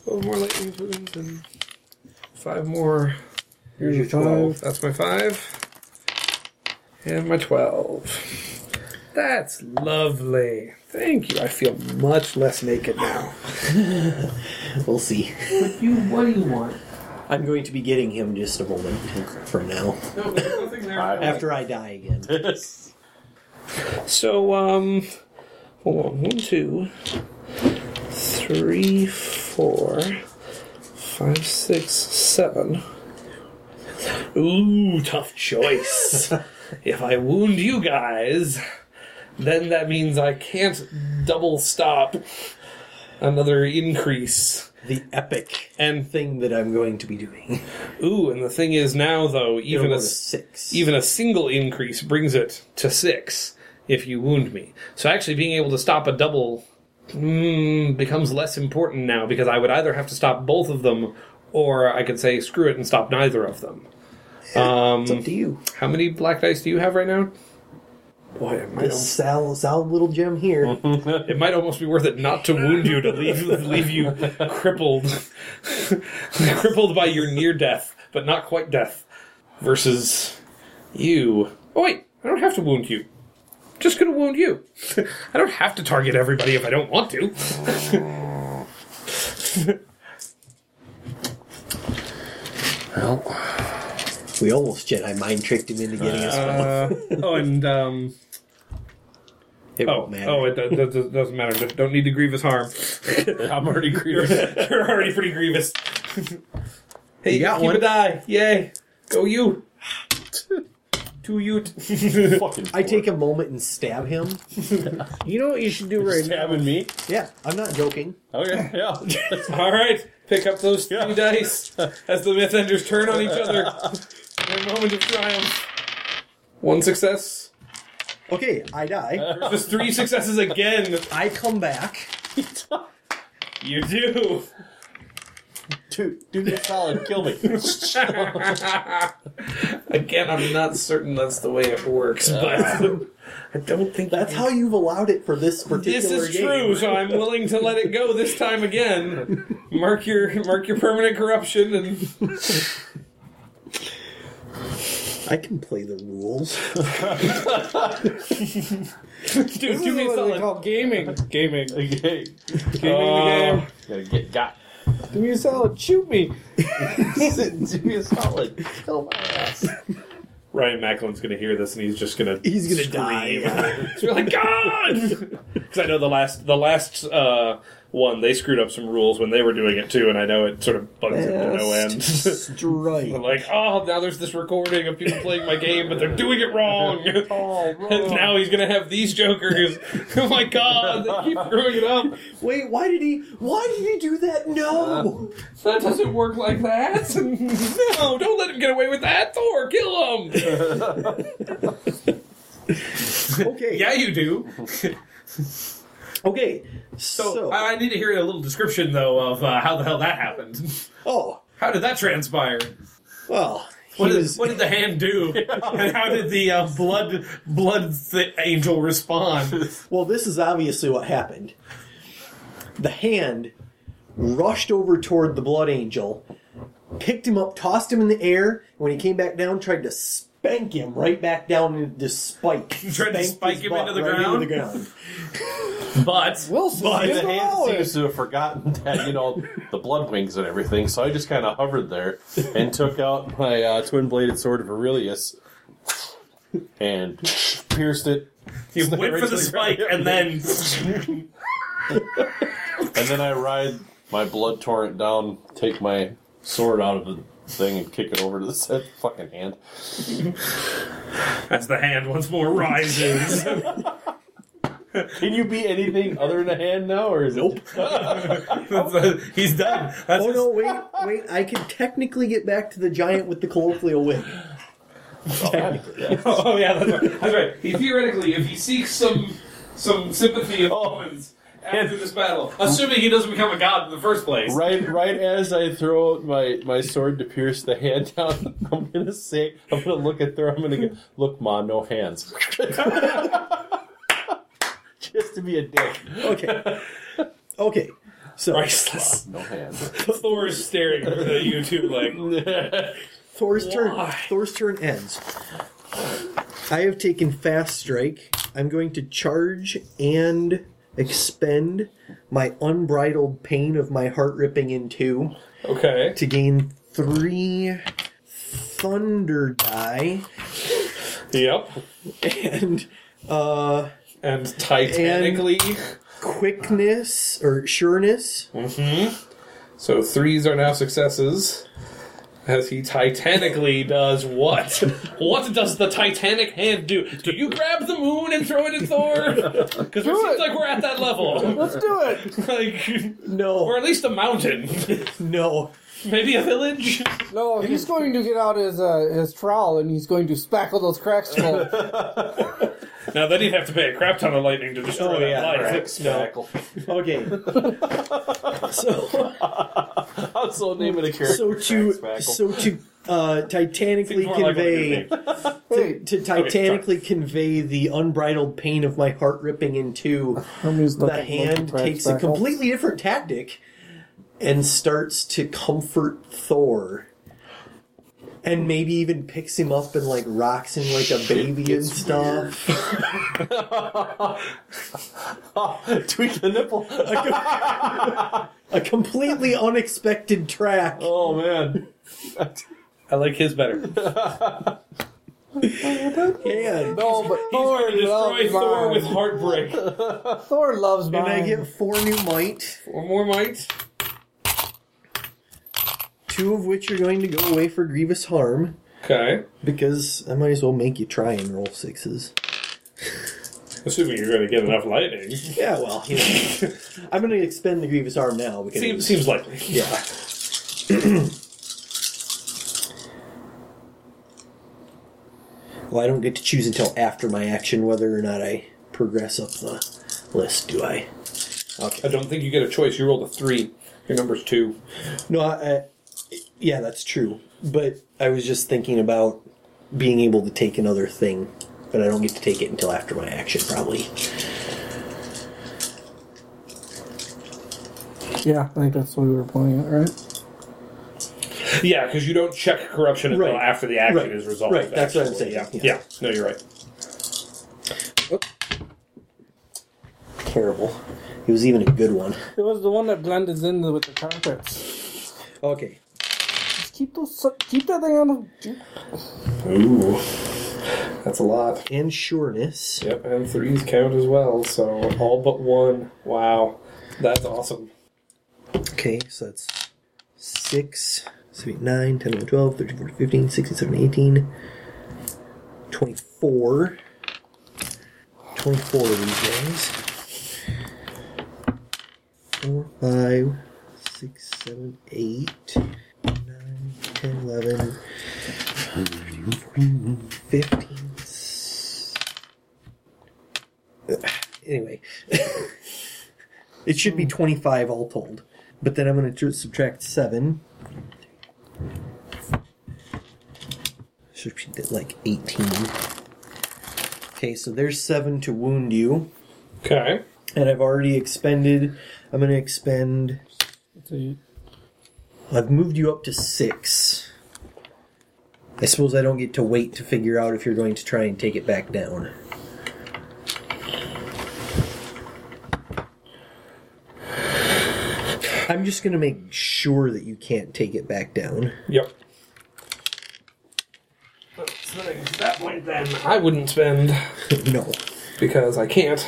Speaker 7: Twelve more lightning tokens and five more.
Speaker 4: Here's your
Speaker 7: Twelve.
Speaker 4: five.
Speaker 7: That's my five. And my twelve. That's lovely. Thank you. I feel much less naked now.
Speaker 8: We'll see.
Speaker 7: You, what do you want?
Speaker 8: I'm going to be getting him just a moment from now.
Speaker 7: No, there's nothing there.
Speaker 8: After I die again.
Speaker 7: So, um, hold on. One, two, three, four, five, six, seven. Ooh, tough choice. if I wound you guys, then that means I can't double stop another increase.
Speaker 8: The epic
Speaker 7: And
Speaker 8: thing that I'm going to be doing.
Speaker 7: ooh, and the thing is now though, even
Speaker 8: It'll go
Speaker 7: a
Speaker 8: to six.
Speaker 7: even a single increase brings it to six if you wound me. So actually, being able to stop a double mm, becomes less important now because I would either have to stop both of them or I could say screw it and stop neither of them.
Speaker 8: it's up to you.
Speaker 7: How many black dice do you have right now? Boy, it might,
Speaker 8: This sal- solid little gem here.
Speaker 7: it might almost be worth it not to wound you to leave leave you crippled, crippled by your near death, but not quite death, versus you. Oh wait, I don't have to wound you. Just gonna wound you. I don't have to target everybody if I don't want to.
Speaker 8: we
Speaker 7: Uh,
Speaker 8: almost Jedi mind tricked him into getting us.
Speaker 7: oh, and um,
Speaker 8: It
Speaker 6: Oh,
Speaker 8: won't matter.
Speaker 6: oh, it, do- do- doesn't matter. Don't- Don't need to grievous harm.
Speaker 5: I'm already grievous.
Speaker 6: You're already pretty grievous. hey,
Speaker 8: You got
Speaker 6: keep
Speaker 8: one.
Speaker 6: a die. Yay. Go you. Two you.
Speaker 5: Fucking
Speaker 8: I take a moment and stab him.
Speaker 4: You know what you should do right now?
Speaker 5: stabbing me.
Speaker 8: Yeah, I'm not joking.
Speaker 5: Okay, yeah.
Speaker 6: All right. Pick up those
Speaker 5: Yeah.
Speaker 6: two dice as the Mythenders turn on each other. Their moment of triumph. One success.
Speaker 8: Okay, I die.
Speaker 6: Just three successes again.
Speaker 8: I come back.
Speaker 6: You do.
Speaker 5: Dude, do me a solid. Kill me.
Speaker 6: Again, I'm not certain that's the way it works, but I don't think
Speaker 8: That's how you've allowed it for this particular
Speaker 6: This is
Speaker 8: game.
Speaker 6: true, so I'm willing to let it go this time again. Mark your mark your permanent corruption and
Speaker 8: I can play the rules.
Speaker 6: dude, do me a
Speaker 4: What they
Speaker 6: solid.
Speaker 4: call gaming. Gaming.
Speaker 5: Okay.
Speaker 4: Gaming the game.
Speaker 5: Gotta get got.
Speaker 4: Do me a solid. Shoot me.
Speaker 5: do me a solid. Kill my ass.
Speaker 6: Ryan Macklin's gonna hear this and he's just gonna
Speaker 8: He's gonna die.
Speaker 6: be like God. Because I know the last the last uh, one they screwed up some rules when they were doing it too, and I know it sort of bugs him to no end.
Speaker 8: Strike.
Speaker 6: like, oh, now there's this recording of people playing my game, but they're doing it wrong. and now he's gonna have these jokers. oh my god, they keep screwing it up.
Speaker 8: Wait, why did he? Why did he do that? No.
Speaker 5: Uh,
Speaker 6: That doesn't work like that. no, don't let him get away with that, Thor. Kill him.
Speaker 8: okay.
Speaker 7: Yeah, you do.
Speaker 8: Okay.
Speaker 7: So,
Speaker 8: So,
Speaker 7: Oh,
Speaker 5: uh,
Speaker 7: I I need to hear a little description though of uh, how the hell that happened.
Speaker 8: oh
Speaker 7: How did that transpire?
Speaker 8: well. He
Speaker 7: What did,
Speaker 8: was,
Speaker 7: what did the hand do? and how did the uh, blood blood th- angel respond?
Speaker 8: well, this is obviously what happened. The hand rushed over toward the blood angel, picked him up, tossed him in the air. And when he came back down, tried to spank him right back down into the spike.
Speaker 7: Tried to
Speaker 8: Spanked
Speaker 7: spike
Speaker 8: his
Speaker 7: him
Speaker 8: butt
Speaker 7: into the
Speaker 8: right
Speaker 7: ground?
Speaker 8: Into the ground.
Speaker 7: But
Speaker 4: Wilson,
Speaker 5: But
Speaker 4: get
Speaker 5: the
Speaker 4: the
Speaker 5: hand
Speaker 4: knowledge.
Speaker 5: seems to have forgotten that, you know, the blood wings and everything, so I just kind of hovered there and took out my uh, twin bladed sword of Aurelius and pierced it.
Speaker 7: you went for the spike and then
Speaker 5: And then I ride my blood torrent down, take my sword out of the thing, and kick it over to the said fucking hand.
Speaker 7: as the hand once more rises.
Speaker 5: Can you be anything other than a hand now, or is nope.
Speaker 7: uh, He's done. That's
Speaker 8: Oh no! Wait, wait! I can technically get back to the giant with the colloquial wing.
Speaker 6: oh yeah, that's right. That's right. He theoretically, if he seeks some some sympathy of
Speaker 8: Oh.
Speaker 6: Owens after this battle, assuming he doesn't become a god in the first place.
Speaker 5: Right, right as I throw my, my sword to pierce the hand down, I'm gonna say, I'm gonna look at there, I'm gonna go, look, ma, no hands. Just to be a dick.
Speaker 8: Okay. Okay. So
Speaker 6: Priceless.
Speaker 5: No hands.
Speaker 6: Thor is staring at you two like
Speaker 8: Thor's turn. Thor's turn ends. I have taken fast strike. I'm going to charge and expend my unbridled pain of my heart ripping in two
Speaker 6: okay.
Speaker 8: to gain three thunder die
Speaker 6: Yep.
Speaker 8: and uh
Speaker 6: And titanically,
Speaker 8: quickness or sureness.
Speaker 6: so threes are now successes. As he titanically does what? what does the Titanic hand do? Do you grab the moon and throw it at Thor? Because it seems like we're at that level.
Speaker 4: Let's do it.
Speaker 6: like, or
Speaker 8: No,
Speaker 6: at least a mountain,
Speaker 8: no.
Speaker 6: maybe a village.
Speaker 4: No, he's going to get out his uh, his trowel and he's going to spackle those cracks full.
Speaker 6: Now then, he'd have to pay a crap ton of lightning to destroy
Speaker 8: Oh,
Speaker 6: that
Speaker 8: yeah,
Speaker 6: light.
Speaker 5: Spackle.
Speaker 8: Okay. so
Speaker 5: Also name it a character.
Speaker 8: so to
Speaker 5: Spackle.
Speaker 8: so to uh titanically
Speaker 6: Seems more like what
Speaker 8: convey
Speaker 6: it would be.
Speaker 4: hey,
Speaker 8: to titanically convey the unbridled pain of my heart ripping in two, the hand takes a completely different tactic and starts to comfort Thor. And maybe even picks him up and like rocks him like a baby and stuff.
Speaker 5: Tweak the nipple.
Speaker 8: A completely
Speaker 6: Oh.
Speaker 8: unexpected track.
Speaker 5: Oh man.
Speaker 6: I like his better.
Speaker 8: hand.
Speaker 4: No, but Thor
Speaker 6: Destroy
Speaker 4: loves
Speaker 6: Thor
Speaker 4: mine.
Speaker 6: with heartbreak.
Speaker 4: Thor loves
Speaker 8: And I
Speaker 4: mine.
Speaker 8: get four new might,
Speaker 7: One more might.
Speaker 8: two of which are going to go away for grievous harm
Speaker 6: Okay.
Speaker 8: because I might as well make you try and roll sixes.
Speaker 6: Assuming you're going to get enough lightning.
Speaker 8: Yeah, well, you know, I'm going to expend the grievous harm now because
Speaker 6: Seems, seems likely.
Speaker 8: yeah. well, I don't get to choose until after my action whether or not I progress up the list, do I?
Speaker 6: I don't think you get a choice. You rolled a three. Your number's two.
Speaker 8: No, I, I, yeah, that's true. But I was just thinking about being able to take another thing, but I don't get to take it until after my action, probably.
Speaker 4: yeah, I think that's what we were playing at, right?
Speaker 6: Yeah, because you don't check corruption until
Speaker 8: Right.
Speaker 6: after the action
Speaker 8: Right.
Speaker 6: is resolved.
Speaker 8: Right, that's what I'm
Speaker 6: Oh, actually.
Speaker 8: saying,
Speaker 6: Yeah.
Speaker 8: yeah.
Speaker 6: yeah. No, you're right.
Speaker 8: Terrible. It was even a good one.
Speaker 4: It was the one that blended in with the carpets.
Speaker 8: Okay.
Speaker 4: Just keep those. su- Keep that thing on the. keep-
Speaker 5: Ooh. That's a lot.
Speaker 8: And sureness.
Speaker 5: Yep, and threes count as well, so all but one. Wow. That's awesome.
Speaker 8: Okay, so that's 6, 7, 9, 10, 11, 12, 13, 14, 15, 16, 17, 18, 24. 24 of these guys. 4, 5, 6, 7, 8, 9, 10, 11, 13, 14, 15. s- Ugh, Anyway. It should be 25 all told. But then I'm going to subtract 7. Should be like 18. Okay, so there's 7 to wound you.
Speaker 6: Okay.
Speaker 8: And I've already expended. I'm going to expend.
Speaker 4: See,
Speaker 8: I've moved you up to 6. I suppose I don't get to wait to figure out if you're going to try and take it back down. I'm just going to make sure that you can't take it back down.
Speaker 6: Yep.
Speaker 7: That might then. I wouldn't spend
Speaker 8: No.
Speaker 7: because I can't.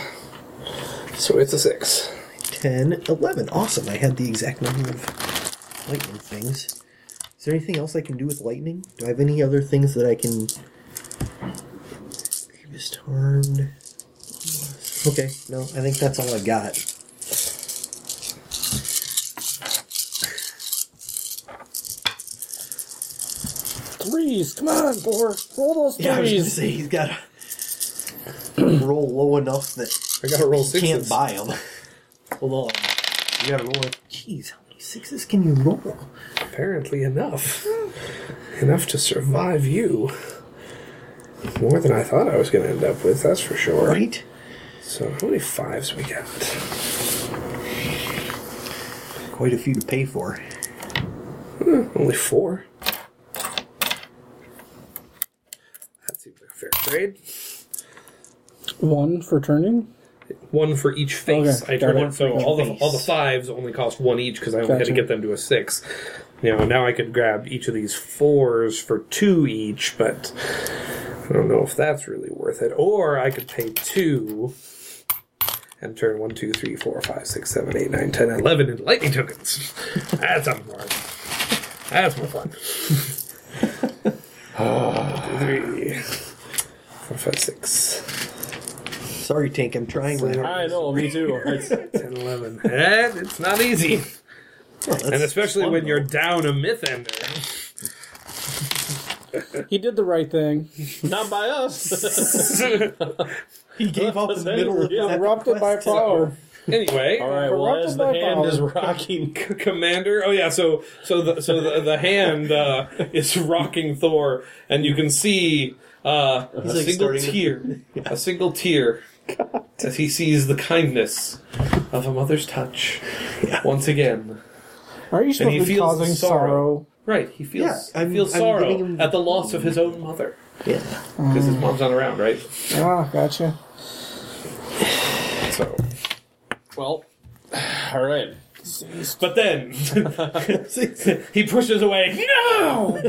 Speaker 7: So it's a six.
Speaker 8: 10, 11. Awesome. I had the exact number of lightning things. Is there anything else I can do with lightning? Do I have any other things that I can. Just harmed. Okay, no, I think that's all I've got.
Speaker 4: threes. Come on, Thor. Roll those
Speaker 8: Yeah, I was gonna
Speaker 4: threes.
Speaker 8: say he's got to roll low enough that
Speaker 5: I gotta roll
Speaker 8: you
Speaker 5: sixes.
Speaker 8: can't buy him. Hold on, you gotta roll. it. Jeez, how many sixes can you roll?
Speaker 5: Apparently enough. enough to survive you. More than I thought I was gonna end up with, that's for sure.
Speaker 8: Right?
Speaker 5: So how many fives we got?
Speaker 8: Quite a few to pay for.
Speaker 5: Only four. That seems like a fair trade.
Speaker 4: One for turning.
Speaker 7: One for each face.
Speaker 4: Okay,
Speaker 7: I
Speaker 4: got
Speaker 7: turned
Speaker 4: it.
Speaker 7: it, so all the all the fives only cost one each because I only had
Speaker 4: Gotcha.
Speaker 7: to get them to a six. You know, now I could grab each of these fours for two each, but I don't know if that's really worth it. Or I could pay two and turn one, two, three, four, five, six, seven, eight, nine, ten, eleven into lightning tokens. that sounds more. That's more fun. Ah, three, four, five, six.
Speaker 8: Sorry, Tank. I'm trying my hardest.
Speaker 5: I know, me too.
Speaker 7: 10, 11. And it's not easy. and especially when you're down a myth ender.
Speaker 4: He did the right thing.
Speaker 5: Not by us.
Speaker 8: He gave up in the middle of that
Speaker 4: Corrupted by
Speaker 8: quest.
Speaker 4: power.
Speaker 7: anyway,
Speaker 5: All right. Well,
Speaker 4: Corrupted
Speaker 5: as
Speaker 4: by
Speaker 5: the hand
Speaker 4: power.
Speaker 5: is rocking,
Speaker 7: C- commander. Oh yeah, so so the so the, the hand uh, is rocking Thor and you can see uh, a
Speaker 8: like
Speaker 7: single
Speaker 8: starting to-
Speaker 7: tear, a single tear as he sees the kindness of a mother's touch once again.
Speaker 4: Are you supposed
Speaker 7: he
Speaker 4: to be
Speaker 7: feels the
Speaker 4: causing
Speaker 7: sorrow.
Speaker 4: sorrow?
Speaker 7: Right, he feels
Speaker 8: Yeah, I'm-
Speaker 7: he feels
Speaker 8: I'm
Speaker 7: sorrow
Speaker 8: giving him-
Speaker 7: at the loss of his own mother
Speaker 8: Yeah.
Speaker 7: because his mom's not around, right?
Speaker 4: Ah, gotcha.
Speaker 5: so well. All right.
Speaker 7: But then he pushes away. No.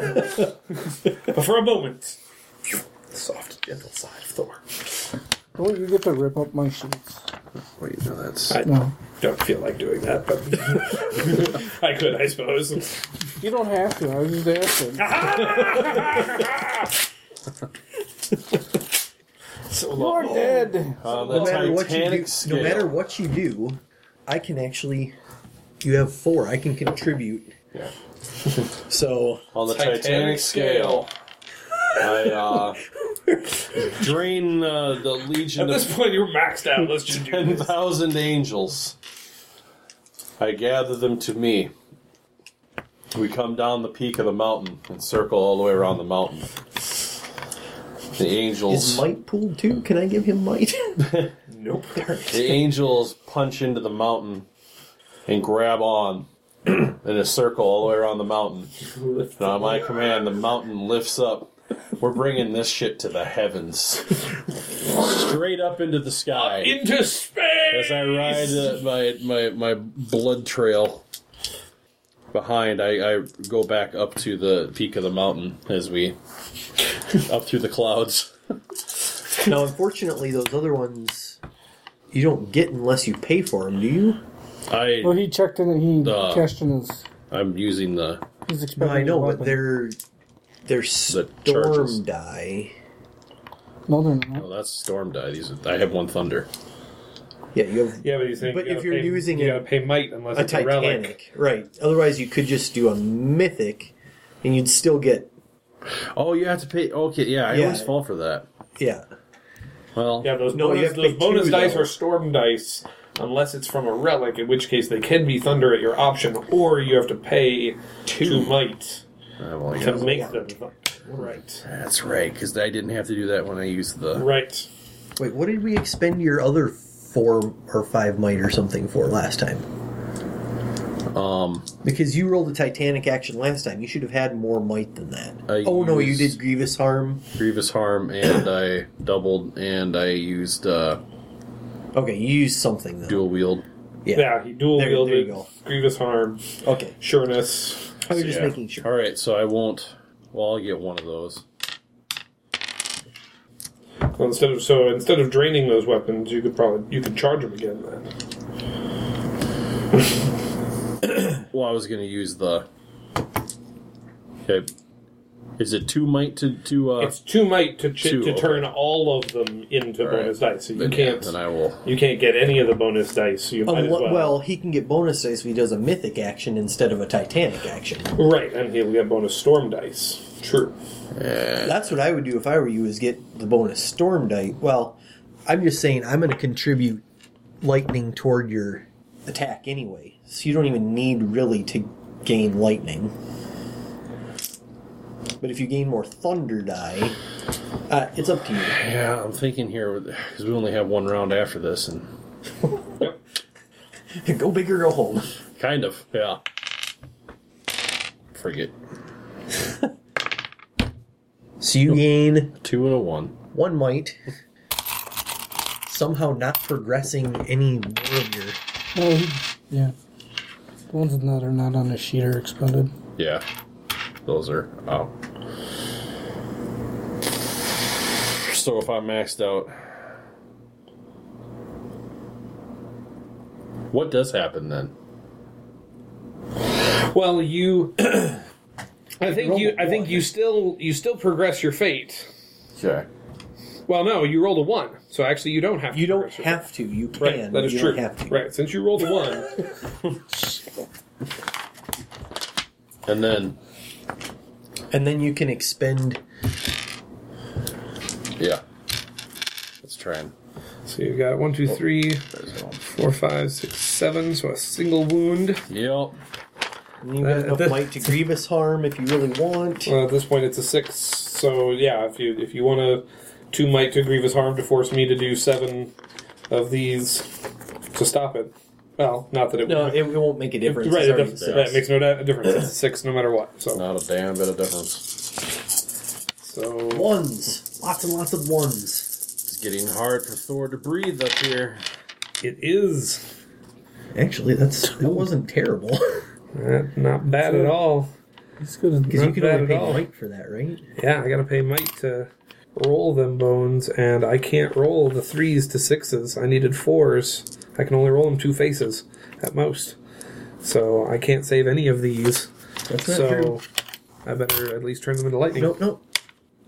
Speaker 7: but for a moment,
Speaker 5: soft and gentle side of Thor.
Speaker 4: Oh, you get to rip up my sheets.
Speaker 5: Wait, no, that's
Speaker 4: No,
Speaker 10: Don't feel like doing that, but I could, I suppose.
Speaker 4: you don't have to. I was just asking.
Speaker 5: so
Speaker 4: You're dead.
Speaker 5: Uh, the
Speaker 8: No matter what you
Speaker 5: Titanic
Speaker 8: do,
Speaker 5: scale.
Speaker 8: no matter what you do, I can actually. You have four. I can contribute.
Speaker 5: Yeah.
Speaker 8: So
Speaker 5: On the Titanic, scale, I uh, drain uh, the legion
Speaker 6: At
Speaker 5: of
Speaker 6: this point, you're maxed out. Let's just do
Speaker 5: ten
Speaker 6: this.
Speaker 5: thousand angels. I gather them to me. We come down the peak of the mountain and circle all the way around the mountain. The
Speaker 8: is
Speaker 5: angels,
Speaker 8: might pooled too? Can I give him might?
Speaker 10: Nope.
Speaker 5: the angels punch into the mountain and grab on in a circle all the way around the mountain. And on my command, the mountain lifts up. We're bringing this shit to the heavens, straight up into the sky.
Speaker 6: Into space!
Speaker 5: As I ride uh, my, my my blood trail behind, I, I go back up to the peak of the mountain as we up through the clouds.
Speaker 8: now, unfortunately, those other ones you don't get unless you pay for them. Do you?
Speaker 4: Well,
Speaker 5: I
Speaker 4: he checked in. He
Speaker 5: Uh,
Speaker 4: cashed in his.
Speaker 5: I'm using the
Speaker 4: He's
Speaker 8: No,
Speaker 4: expecting.
Speaker 8: I know,
Speaker 4: his
Speaker 8: but
Speaker 4: weapon.
Speaker 8: they're they're
Speaker 5: charges.
Speaker 8: storm die.
Speaker 4: no, they're not.
Speaker 5: oh that's storm die. These are, I have one thunder.
Speaker 8: Yeah, you have
Speaker 10: Yeah, but you think
Speaker 8: But
Speaker 10: you
Speaker 8: if
Speaker 10: gotta
Speaker 8: you're
Speaker 10: pay-
Speaker 8: using
Speaker 10: you
Speaker 8: a-
Speaker 10: gotta pay might unless
Speaker 8: a
Speaker 10: it's a relic.
Speaker 8: Titanic, right? Otherwise, you could just do a mythic, and you'd still get
Speaker 5: Oh, you have to pay. Okay, yeah, I
Speaker 8: Yeah.
Speaker 5: always fall for that.
Speaker 8: yeah.
Speaker 5: Well,
Speaker 10: Yeah, those
Speaker 8: No, you
Speaker 10: bonus,
Speaker 8: have to
Speaker 10: those
Speaker 8: pick
Speaker 10: bonus
Speaker 8: two,
Speaker 10: dice
Speaker 8: though.
Speaker 10: are storm dice, unless it's from a relic, in which case they can be thunder at your option, or you have to pay two might
Speaker 5: I've only
Speaker 10: to
Speaker 5: got-
Speaker 10: make them. thun- Right.
Speaker 5: that's right because I didn't have to do that when I used the.
Speaker 10: Right.
Speaker 8: Wait, what did we expend your other four or five might or something for last time?
Speaker 5: Um,
Speaker 8: Because you rolled a Titanic action last time, you should have had more might than that.
Speaker 5: I
Speaker 8: oh no, you
Speaker 5: used-
Speaker 8: did grievous harm.
Speaker 5: grievous harm, and I doubled, and I used uh,
Speaker 8: Okay, you used something then.
Speaker 5: dual wield.
Speaker 10: Yeah, he dual
Speaker 8: There- there you
Speaker 10: wielded
Speaker 8: go.
Speaker 10: grievous harm,
Speaker 8: Okay,
Speaker 10: sureness.
Speaker 8: I was just
Speaker 5: Yeah.
Speaker 8: making sure.
Speaker 5: All right, so I won't. Well, I'll get one of those.
Speaker 10: Well, instead of so instead of draining those weapons, you could probably you could charge them again then.
Speaker 5: Well, I was going to use the. Okay, is it two might to to? Uh,
Speaker 10: It's two might to ch-
Speaker 5: Two,
Speaker 10: to
Speaker 5: okay.
Speaker 10: turn all of them into
Speaker 5: All right.
Speaker 10: bonus dice, so you
Speaker 5: then, yeah,
Speaker 10: can't
Speaker 5: Then I will.
Speaker 10: you can't get any of the bonus dice. So you might as
Speaker 8: Unlo- Oh, well.
Speaker 10: well.
Speaker 8: he can get bonus dice if he does a mythic action instead of a Titanic action.
Speaker 10: Right, and he'll get bonus storm dice. True.
Speaker 8: That's what I would do if I were you. Is get the bonus storm dice. Well, I'm just saying I'm going to contribute lightning toward your attack anyway, so you don't even need really to gain lightning. But if you gain more thunder die, uh, it's up to you.
Speaker 5: Yeah, I'm thinking here because we only have one round after this, and
Speaker 8: go big or go home.
Speaker 5: kind of yeah. Forget
Speaker 8: So you gain
Speaker 5: two and a one.
Speaker 8: one might. Somehow not progressing any more of your.
Speaker 4: No, he, yeah. The ones that are not on the sheet are expended.
Speaker 5: Yeah, those are out. So if I maxed out, what does happen then?
Speaker 6: Well, you. I think you. I think you still. You still progress your fate.
Speaker 5: Okay.
Speaker 6: Well, no, you rolled a one, so actually you don't have. To
Speaker 8: You don't
Speaker 6: progress your fate.
Speaker 8: have to. You can.
Speaker 10: Right, that is
Speaker 8: you
Speaker 10: true.
Speaker 8: Don't have to.
Speaker 10: Right, since you rolled a one,
Speaker 5: And then
Speaker 8: And then you can expend.
Speaker 5: yeah, let's try and
Speaker 10: so you got one, two, three,
Speaker 5: there's one.
Speaker 10: four, five, six, seven. So a single wound.
Speaker 5: Yep.
Speaker 8: You got enough
Speaker 10: that-
Speaker 8: might to grievous harm if you really want.
Speaker 10: Well, at this point, it's a six. So yeah, if you if you want to two might to grievous harm to force me to do seven of these to stop it. Well, not that it
Speaker 8: No,
Speaker 10: would.
Speaker 8: it, it won't make a difference.
Speaker 10: Right,
Speaker 8: It's
Speaker 10: it
Speaker 8: already
Speaker 10: doesn't-
Speaker 8: six.
Speaker 10: that makes no di- difference. It's a six, no matter what. So,
Speaker 5: Not a damn bit of difference.
Speaker 10: so
Speaker 8: Ones, lots and lots of ones.
Speaker 5: It's getting hard for Thor to breathe up here.
Speaker 10: it is
Speaker 8: Actually, that's that wasn't terrible
Speaker 10: eh, not bad at all.
Speaker 4: He's good.
Speaker 8: because you
Speaker 10: Not
Speaker 8: can
Speaker 10: bad
Speaker 8: only
Speaker 10: at
Speaker 8: pay
Speaker 10: all.
Speaker 8: might for that, right?
Speaker 10: Yeah, I gotta pay Mike to
Speaker 7: roll them bones, and I can't roll the threes to sixes. I needed fours. I can only roll them two faces at most. So I can't save any of these.
Speaker 8: That's
Speaker 7: so I better at least turn them into lightning.
Speaker 8: No, no.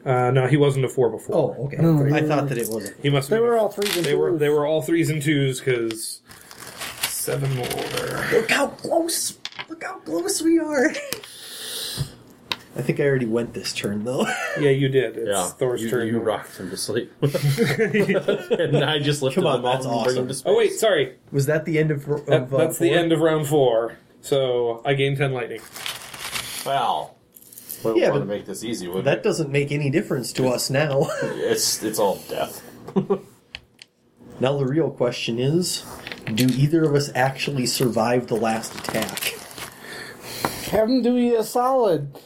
Speaker 7: Uh, no, he wasn't a four before.
Speaker 8: Oh, okay. I thought that it was. a-
Speaker 7: He must.
Speaker 4: They
Speaker 7: have been
Speaker 4: were
Speaker 7: a-
Speaker 4: all threes and
Speaker 7: They were. They were all threes and twos because seven more.
Speaker 8: Look how close! Look how close we are. I think I already went this turn though.
Speaker 7: Yeah, you did. It's
Speaker 5: Yeah,
Speaker 7: Thor's
Speaker 5: you,
Speaker 7: turn.
Speaker 5: You rocked him to sleep, and I just lifted
Speaker 8: Come on,
Speaker 5: him up
Speaker 8: that's
Speaker 5: and bring him to
Speaker 7: Oh
Speaker 5: space.
Speaker 7: wait, sorry.
Speaker 8: Was that the end of? of
Speaker 7: That-
Speaker 8: uh,
Speaker 7: that's the
Speaker 8: four?
Speaker 7: end of round four. So I gain ten lightning.
Speaker 5: Wow. Well,
Speaker 8: Yeah,
Speaker 5: yeah, want to
Speaker 8: but
Speaker 5: make this easy, would
Speaker 8: That doesn't make any difference to us now.
Speaker 5: It's it's all death.
Speaker 8: now the real question is, do either of us actually survive the last attack?
Speaker 4: Have him do you a solid.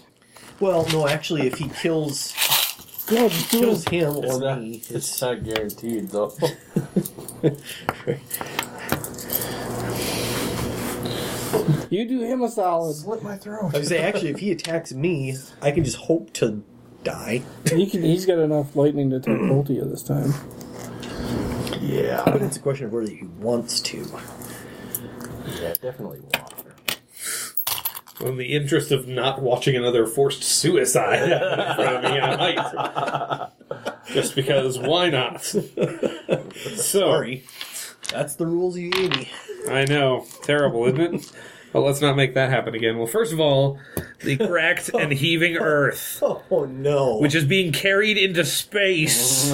Speaker 8: Well, no, actually, if he kills
Speaker 4: Yeah, do
Speaker 8: kills
Speaker 4: it.
Speaker 8: him or
Speaker 5: It's not,
Speaker 8: me,
Speaker 5: it's not guaranteed though.
Speaker 4: You do him a solid.
Speaker 8: I was say actually, if he attacks me, I can just hope to die.
Speaker 4: He can, he's got enough lightning to take both of you this time.
Speaker 8: Yeah, but it's a question of whether he wants to.
Speaker 5: yeah, definitely water.
Speaker 6: Well, in the interest of not watching another forced suicide happen in front of me, I might. Just because, why not? So,
Speaker 8: Sorry, that's the rules you gave me.
Speaker 7: I know. Terrible, isn't it? Well, let's not make that happen again. Well, first of all, the cracked and heaving earth,
Speaker 8: Oh no!
Speaker 7: which is being carried into space.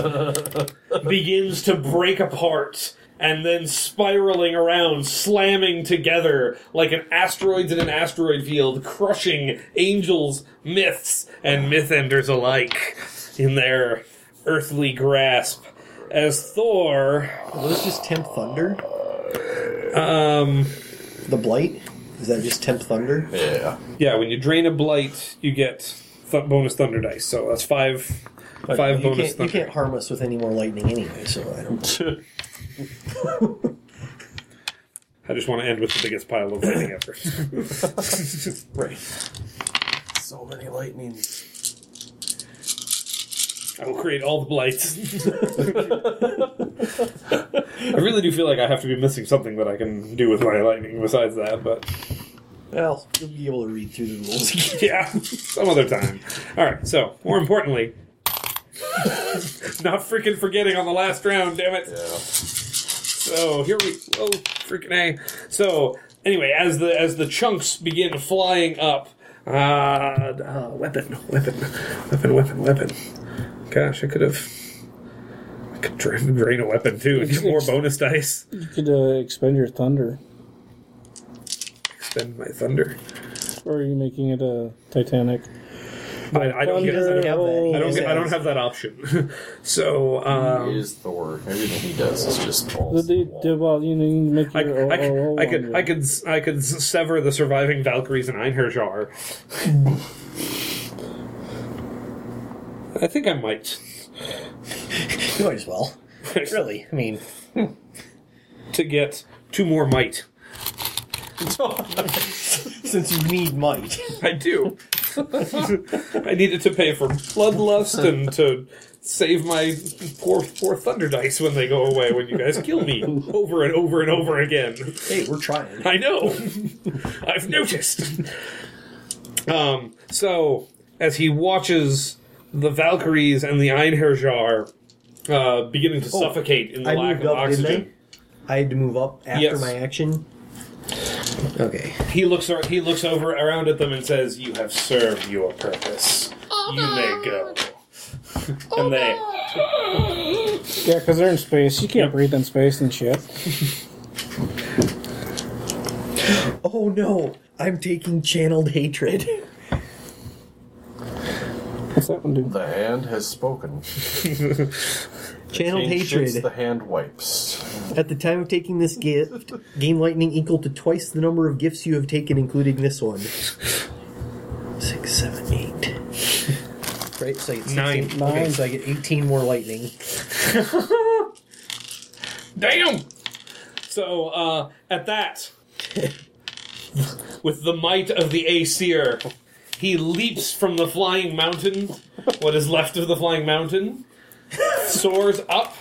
Speaker 6: begins to break apart and then spiraling around, slamming together like an asteroid in an asteroid field, crushing angels, myths, and myth enders alike in their earthly grasp. As Thor,
Speaker 8: Are those just temp thunder?
Speaker 7: Um,
Speaker 8: The blight? Is that just temp thunder?
Speaker 5: Yeah.
Speaker 7: yeah, when you drain a blight, you get th- bonus thunder dice. So that's five, five bonus
Speaker 8: you can't, you
Speaker 7: thunder.
Speaker 8: can't harm us with any more lightning anyway, so I don't.
Speaker 7: I just want to end with the biggest pile of lightning ever.
Speaker 8: Right.
Speaker 5: So many lightnings.
Speaker 7: I will create all the blights. I really do feel like I have to be missing something that I can do with my lightning besides that, but
Speaker 8: Well, you'll be able to read through the rules.
Speaker 7: yeah, some other time. All right, so more importantly, not freaking forgetting on the last round, damn it.
Speaker 5: Yeah.
Speaker 7: So here we oh freaking a. So anyway, as the as the chunks begin flying up, uh, uh weapon, weapon, weapon, weapon, weapon. Gosh, I could have. I could dra- drain a weapon too and get more bonus dice.
Speaker 4: You could uh, expend your thunder.
Speaker 7: Spend my thunder.
Speaker 4: Or are you making it a Titanic?
Speaker 7: I, I don't get. I don't,
Speaker 8: that.
Speaker 7: I don't get. I don't have that option. so
Speaker 5: He
Speaker 7: um,
Speaker 5: is Thor. Everything he does is just
Speaker 4: Did
Speaker 5: balls.
Speaker 4: they, did, well, you know, you can make
Speaker 7: I,
Speaker 4: your
Speaker 7: I,
Speaker 4: oh, oh,
Speaker 7: I could.
Speaker 4: oh,
Speaker 7: I could. s- I could s- sever the surviving Valkyries and Einherjar. I think I might.
Speaker 8: you might as well. Really? I mean,
Speaker 7: to get two more might.
Speaker 8: since you need might.
Speaker 7: I do. I needed to pay for bloodlust and to save my poor poor thunder dice when they go away when you guys kill me over and over and over again.
Speaker 8: Hey, we're trying.
Speaker 7: I know. I've noticed. Um, so as he watches the Valkyries and the Einherjar uh, beginning to
Speaker 4: Oh,
Speaker 7: suffocate in the
Speaker 8: I
Speaker 7: lack
Speaker 8: moved
Speaker 7: of
Speaker 8: up,
Speaker 7: oxygen,
Speaker 8: didn't I? I had to move up after
Speaker 7: Yes.
Speaker 8: my action. Okay.
Speaker 6: he looks ar- he looks over around at them and says, "You have served your purpose. You may go." and they
Speaker 4: Yeah, because they're in space. You can't breathe in space and shit.
Speaker 8: Oh no! I'm taking channeled hatred.
Speaker 4: What's that one do?
Speaker 5: The hand has spoken.
Speaker 8: channeled
Speaker 5: King shits,
Speaker 8: hatred.
Speaker 5: The hand wipes.
Speaker 8: At the time of taking this gift, gain lightning equal to twice the number of gifts you have taken, including this one. Six, seven, eight. Right, so I get 16
Speaker 7: Nine.
Speaker 8: Okay, so I get 18 more lightning.
Speaker 7: Damn! So, uh, at that, with the might of the Aesir, he leaps from the flying mountain, what is left of the flying mountain,
Speaker 6: soars up,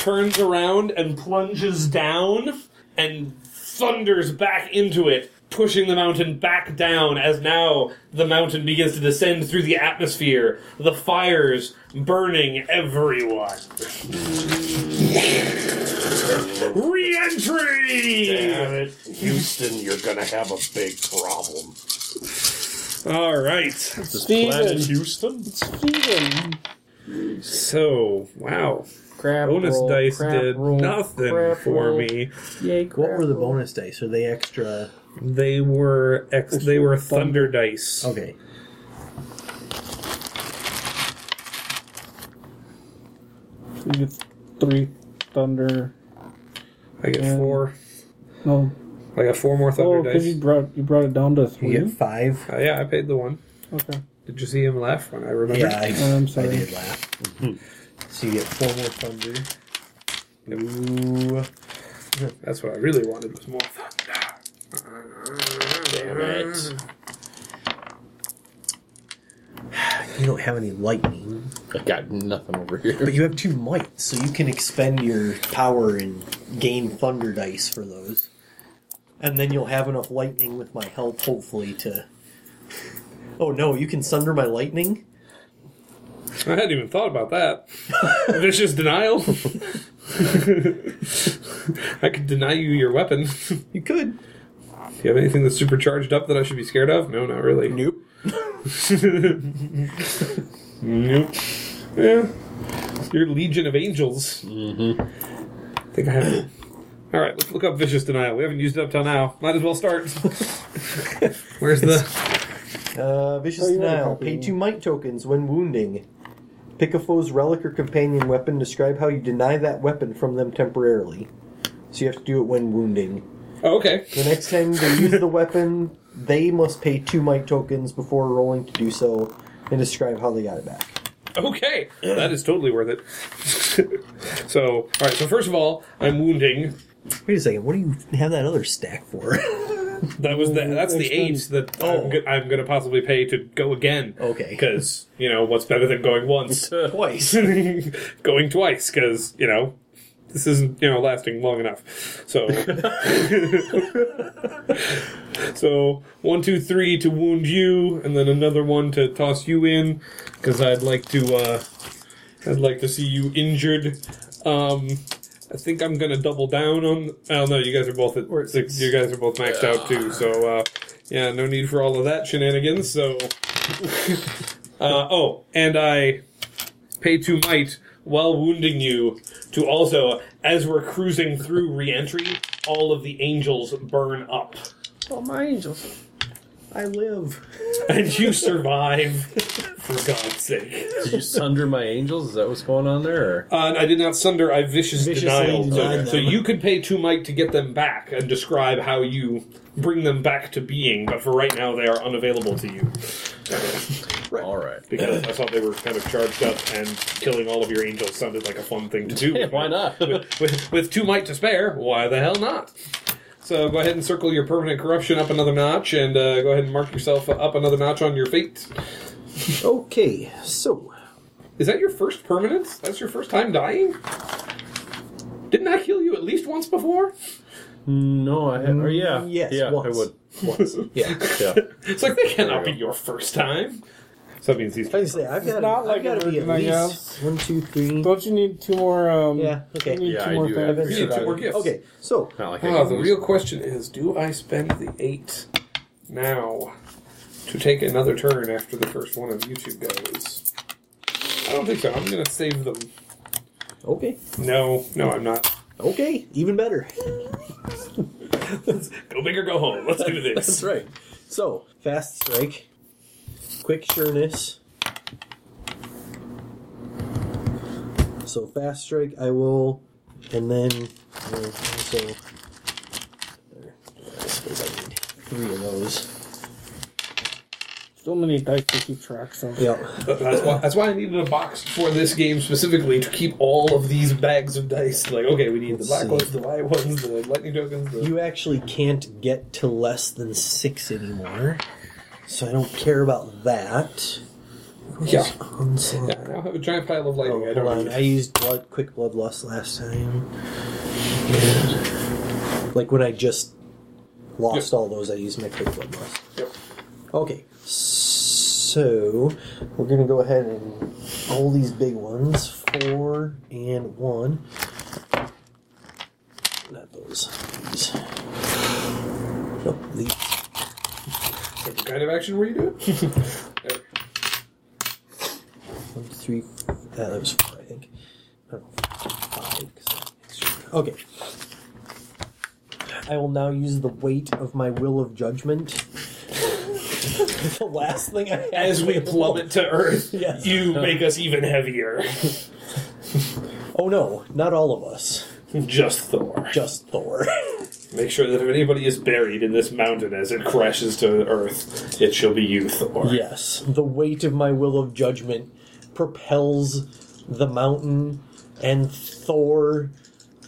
Speaker 6: turns around, and plunges down, and thunders back into it, pushing the mountain back down as now the mountain begins to descend through the atmosphere, the fires burning everyone. Re entry!
Speaker 5: Houston, you're gonna have a big problem.
Speaker 6: All right.
Speaker 5: Planet
Speaker 4: Steven.
Speaker 5: Houston?
Speaker 4: Steven.
Speaker 6: So, wow.
Speaker 4: Crap
Speaker 6: Bonus
Speaker 4: roll,
Speaker 6: dice
Speaker 4: crap
Speaker 6: did
Speaker 4: roll,
Speaker 6: nothing
Speaker 4: crap
Speaker 6: for
Speaker 4: roll.
Speaker 6: me.
Speaker 4: Yay,
Speaker 8: What
Speaker 4: crap
Speaker 8: were the
Speaker 4: roll.
Speaker 8: bonus dice? Are they extra?
Speaker 6: They were ex- they were thunder dice.
Speaker 4: Oh,
Speaker 8: Okay.
Speaker 4: You get three thunder.
Speaker 6: I get
Speaker 4: Yeah.
Speaker 6: four.
Speaker 4: No.
Speaker 6: I got four more thunder
Speaker 4: Oh, because
Speaker 6: dice.
Speaker 4: you brought you brought it down to three.
Speaker 8: You get five.
Speaker 6: Uh, yeah, I paid the one.
Speaker 4: Okay.
Speaker 6: Did you see him laugh when I remember?
Speaker 8: Yeah, I,
Speaker 4: Oh, I'm
Speaker 8: I
Speaker 4: sorry.
Speaker 8: did laugh. Mm-hmm. So you get four more thunder. Ooh.
Speaker 6: That's what I really wanted was more thunder.
Speaker 8: Damn it. You don't have any lightning,
Speaker 5: I got nothing over here.
Speaker 8: but you have two might, so you can expend your power and gain thunder dice for those. And then you'll have enough lightning with my help, hopefully, to. Oh no, you can sunder my lightning?
Speaker 6: I hadn't even thought about that. Vicious denial. I could deny you your weapon. Do
Speaker 8: You could.
Speaker 6: you have anything that's super charged up that I should be scared of? No, not really.
Speaker 8: Nope.
Speaker 6: Nope. Yeah. Your legion of angels. Mm-hmm. I think I have. All right, let's look up vicious denial. We haven't used it up till now. Might as well start. Where's the?
Speaker 8: Uh, vicious
Speaker 4: Oh, you want a
Speaker 8: denial.
Speaker 4: copy,
Speaker 8: Pay
Speaker 4: yeah.
Speaker 8: two might tokens when wounding. Pick a foe's relic or companion weapon. Describe how you deny that weapon from them temporarily. So you have to do it when wounding.
Speaker 6: Oh, okay.
Speaker 8: The next time they use the weapon, they must pay two might tokens before rolling to do so, and describe how they got it back.
Speaker 6: Okay, that is totally worth it. so, all right. So first of all, I'm wounding.
Speaker 8: Wait a second. What do you have that other stack for?
Speaker 6: That was the, that's the
Speaker 4: Extend.
Speaker 6: age that
Speaker 8: Oh.
Speaker 6: I'm, go- I'm going to possibly pay to go again.
Speaker 8: Okay.
Speaker 6: Because you know what's better than going once?
Speaker 8: Twice.
Speaker 6: going twice because you know this isn't you know lasting long enough. So, so one, two, three to wound you, and then another one to toss you in because I'd like to. Uh, I'd like to see you injured. Um, I think I'm gonna double down on. Oh no, you guys are both at six. You guys are both maxed out too. So uh, yeah, no need for all of that shenanigans. So uh, oh, and I pay to might while wounding you to also as we're cruising through reentry, all of the angels burn up
Speaker 4: Oh, my angels.
Speaker 8: I live.
Speaker 6: and you survive. For God's sake,
Speaker 5: Did you sunder my angels? Is that what's going on there?
Speaker 6: uh, and I did not sunder. I vicious
Speaker 8: Viciously
Speaker 6: denial.
Speaker 8: denied
Speaker 6: So, so
Speaker 8: them.
Speaker 6: you could pay two might to get them back and describe how you bring them back to being. But for right now, they are unavailable to you
Speaker 5: Or? All right.
Speaker 6: because I thought they were kind of charged up and killing all of your angels sounded like a fun thing to do.
Speaker 5: Yeah, why not?
Speaker 6: with, with, with two might to spare, why the hell not? So go ahead and circle your permanent corruption up another notch, and uh, go ahead and mark yourself up another notch on your fate.
Speaker 8: Okay, so
Speaker 6: Is that your first permanent? That's your first time dying? Didn't I heal you at least once before?
Speaker 5: No, I had. Or yeah,
Speaker 8: yes,
Speaker 5: yeah,
Speaker 8: once.
Speaker 5: I would. Once. yeah, yeah.
Speaker 6: It's like that cannot be your first time. So that means he's
Speaker 8: like I say, I've got
Speaker 4: not
Speaker 8: to
Speaker 4: like
Speaker 8: I've got to be at
Speaker 4: everything, I
Speaker 8: least
Speaker 4: guess.
Speaker 8: one, two, three.
Speaker 4: Don't you need two more? Um,
Speaker 8: Yeah, okay.
Speaker 4: You need
Speaker 5: Yeah,
Speaker 4: two
Speaker 5: I
Speaker 4: more
Speaker 5: do have
Speaker 4: things.
Speaker 5: three.
Speaker 6: you need two more gifts.
Speaker 8: Okay, so
Speaker 5: Not like I
Speaker 6: Ah,
Speaker 5: could
Speaker 6: the
Speaker 5: lose.
Speaker 6: real question is do I spend the eight now to take another turn after the first one of you two goes? I don't think so. I'm going to save them.
Speaker 8: okay,
Speaker 6: No, no, I'm not.
Speaker 8: okay, even better.
Speaker 6: Go big or go home. Let's do
Speaker 8: That's
Speaker 6: this.
Speaker 8: right. So fast strike, quick sureness. So fast strike, I will, and then uh, so there. I suppose I need three of those.
Speaker 4: So many dice to keep track of.
Speaker 8: Yeah.
Speaker 6: That's why, that's why I needed a box for this game specifically to keep all of these bags of dice. Like, okay, we need the black
Speaker 8: see.
Speaker 6: ones, the white ones, the lightning tokens. The...
Speaker 8: You actually can't get to less than six anymore, so I don't care about that.
Speaker 7: Yeah. yeah. I now have a giant pile of lighting. I
Speaker 8: Oh, Hold
Speaker 7: don't
Speaker 8: on, I used blood, quick bloodlust last time. And, like when I just lost all those, I used my quick bloodlust. Yep. Okay, so we're gonna go ahead and roll these big ones, four and one. Not those. These. Nope. These.
Speaker 7: What kind of action were you doing?
Speaker 8: One, two, three. Uh, that was four, I think. I don't know, five. 'cause I- Okay. I will now use the weight of my will of judgment. the last thing I have
Speaker 6: As we
Speaker 8: available.
Speaker 6: plummet to Earth,
Speaker 8: Yes.
Speaker 6: you make us even heavier.
Speaker 8: Oh no, not all of us.
Speaker 6: Just Thor.
Speaker 8: Just Thor.
Speaker 6: Make sure that if anybody is buried in this mountain as it crashes to Earth, it shall be you, Thor.
Speaker 8: yes, the weight of my will of judgment propels the mountain and Thor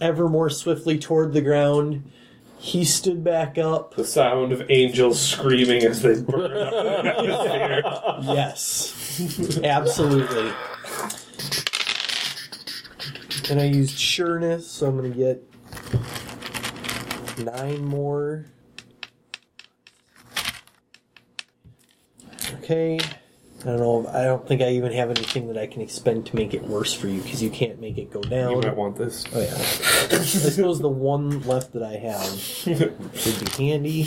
Speaker 8: ever more swiftly toward the ground. He stood back up.
Speaker 6: The sound of angels screaming as they burn up.
Speaker 8: Yes, absolutely. And I used sureness, so I'm gonna get nine more. Okay. I don't know. I don't think I even have anything that I can expend to make it worse for you because you can't make it go down.
Speaker 7: want this.
Speaker 8: Oh yeah. I suppose the one left that I have would be handy.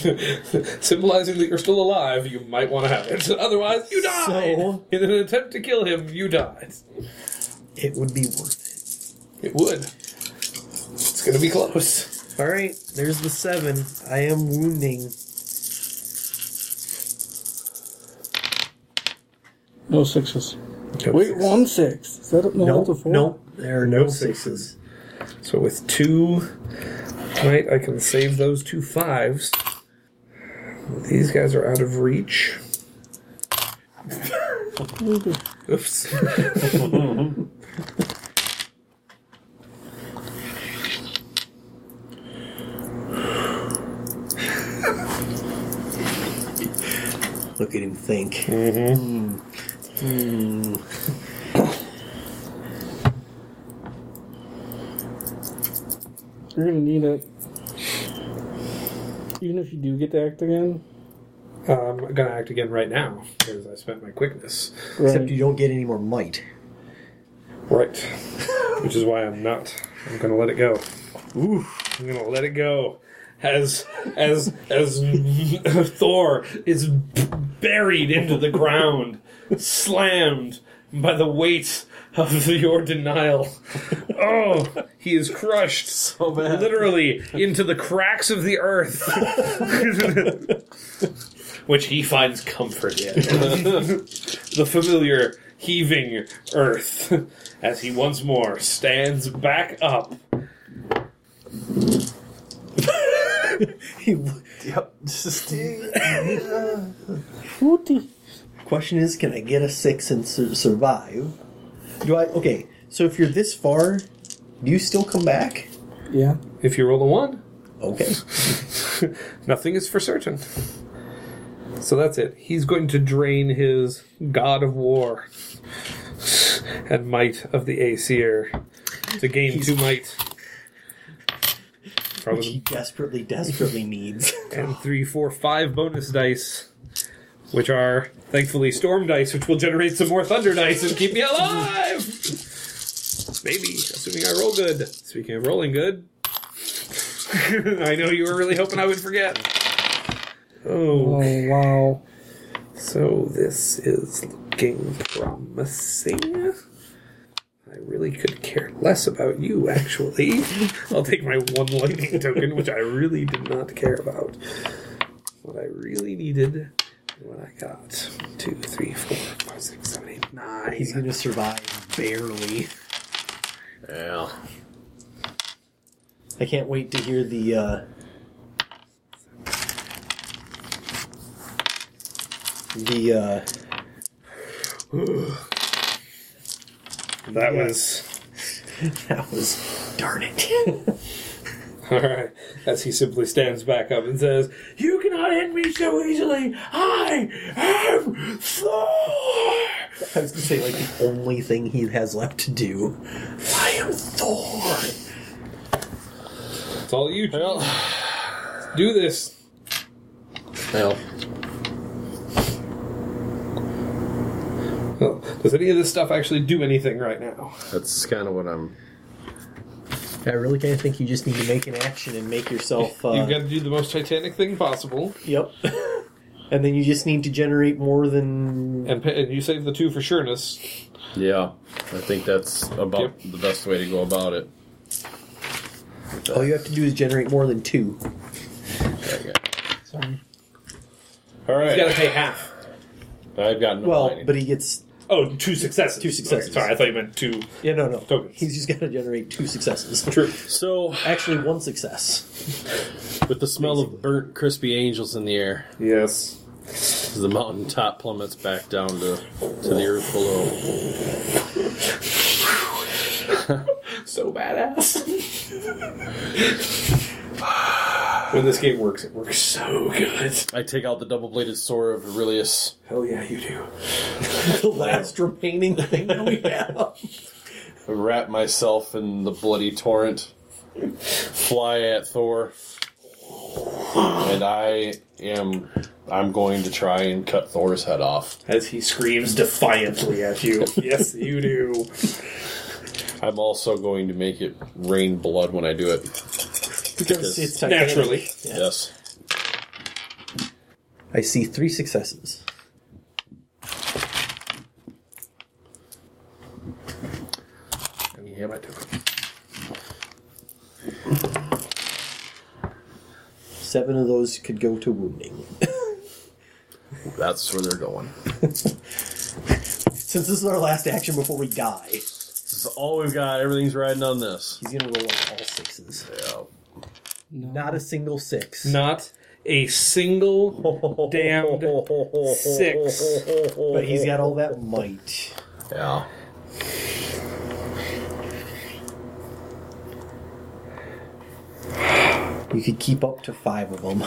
Speaker 7: Symbolizing that you're still alive, you might want to have it. Otherwise, you die.
Speaker 8: So-
Speaker 7: In an attempt to kill him, you died.
Speaker 8: It would be worth
Speaker 7: It would. It's gonna be close.
Speaker 8: it. All right. There's the seven. I am wounding.
Speaker 4: No sixes. Wait, one six. Is that a, no, that's a four?
Speaker 8: There are no sixes.
Speaker 7: So with two, right, I can save those two fives. These guys are out of reach. Oops.
Speaker 8: Look at him think.
Speaker 4: You're gonna need it. Even if you do get to act again.
Speaker 7: Um, I'm gonna act again right now because I spent my quickness.
Speaker 8: Except you don't get any more might.
Speaker 7: Right. Which is why I'm not. I'm gonna let it go. Ooh, I'm gonna let it go. As as as Thor is buried into the ground, slammed by the weight of your denial. Oh, he is crushed so bad. Literally into the cracks of the earth. Which he finds comfort in the familiar heaving earth as he once more stands back up.
Speaker 8: Yep. Just-
Speaker 4: Wooty.
Speaker 8: Question is, can I get a six and sur- survive? Do I? Okay. So if you're this far, do you still come back?
Speaker 4: Yeah.
Speaker 7: If you roll a one,
Speaker 8: Okay.
Speaker 7: nothing is for certain. So that's it. He's going to drain his god of war and might of the Aesir to gain two might.
Speaker 8: Which he
Speaker 7: Probably
Speaker 8: desperately, desperately needs.
Speaker 7: and three, four, five bonus dice, which are thankfully storm dice, which will generate some more thunder dice and keep me alive. Maybe, assuming I roll good. Speaking of rolling good, I know you were really hoping I would forget. Oh,
Speaker 4: Oh wow.
Speaker 7: so this is looking promising. I really could care less about you, actually. I'll take my one lightning token, which I really did not care about. What I really needed, and what I got. Two, three, four, five, six, seven, eight, nine.
Speaker 8: He's gonna survive barely.
Speaker 5: Yeah.
Speaker 8: I can't wait to hear the. uh The uh
Speaker 7: that was
Speaker 8: that was darn it.
Speaker 7: all right. As he simply stands back up and says, "You cannot end me so easily. I am Thor."
Speaker 8: I was gonna say like the only thing he has left to do. I am Thor.
Speaker 6: It's all you.
Speaker 5: Well,
Speaker 6: Do this.
Speaker 5: well,
Speaker 6: Well, does any of this stuff actually do anything right now?
Speaker 5: that's kind of what I'm.
Speaker 8: I really kind of think you just need to make an action and make yourself. Uh,
Speaker 6: You've got to do the most Titanic thing possible,
Speaker 8: Yep. and then you just need to generate more than.
Speaker 6: and, pa- and you save the two for sureness.
Speaker 5: Yeah, I think that's about the best way to go about it.
Speaker 8: All you have to do is generate more than two.
Speaker 5: Okay. All right.
Speaker 6: Got to pay half.
Speaker 5: I've got no
Speaker 8: Well,
Speaker 5: lighting.
Speaker 8: but he gets.
Speaker 7: Oh, two successes.
Speaker 8: Two successes.
Speaker 7: Okay, sorry, I thought you meant two.
Speaker 8: Yeah, no, no.
Speaker 7: Tokens.
Speaker 8: He's just got to generate two successes.
Speaker 5: so
Speaker 8: Actually, one success.
Speaker 5: with the smell of burnt, crispy angels in the air,
Speaker 6: Yes.
Speaker 5: as the mountain top plummets back down to to the earth below.
Speaker 6: So badass. when this game works, it works so good.
Speaker 5: I take out the double-bladed sword of Aurelius.
Speaker 6: Hell yeah, you do.
Speaker 8: the last remaining thing that we have.
Speaker 5: wrap myself in the bloody torrent, fly at Thor, and I am I'm going to try and cut Thor's head off.
Speaker 7: As he screams defiantly at you.
Speaker 6: Yes, you do.
Speaker 5: I'm also going to make it rain blood when I do it.
Speaker 8: Because it's Titanic.
Speaker 6: Naturally.
Speaker 5: Yes.
Speaker 8: I see three successes.
Speaker 6: Yeah, I took it.
Speaker 8: Seven of those could go to wounding.
Speaker 5: That's where they're going.
Speaker 8: Since this is our last action before we die, he's
Speaker 5: This is all we've got. Everything's riding on this.
Speaker 8: gonna roll up all sixes.
Speaker 5: Yeah.
Speaker 8: Not a single six.
Speaker 6: Not a single damned six.
Speaker 8: But he's got all that might.
Speaker 5: Yeah.
Speaker 8: You could keep up to five of them.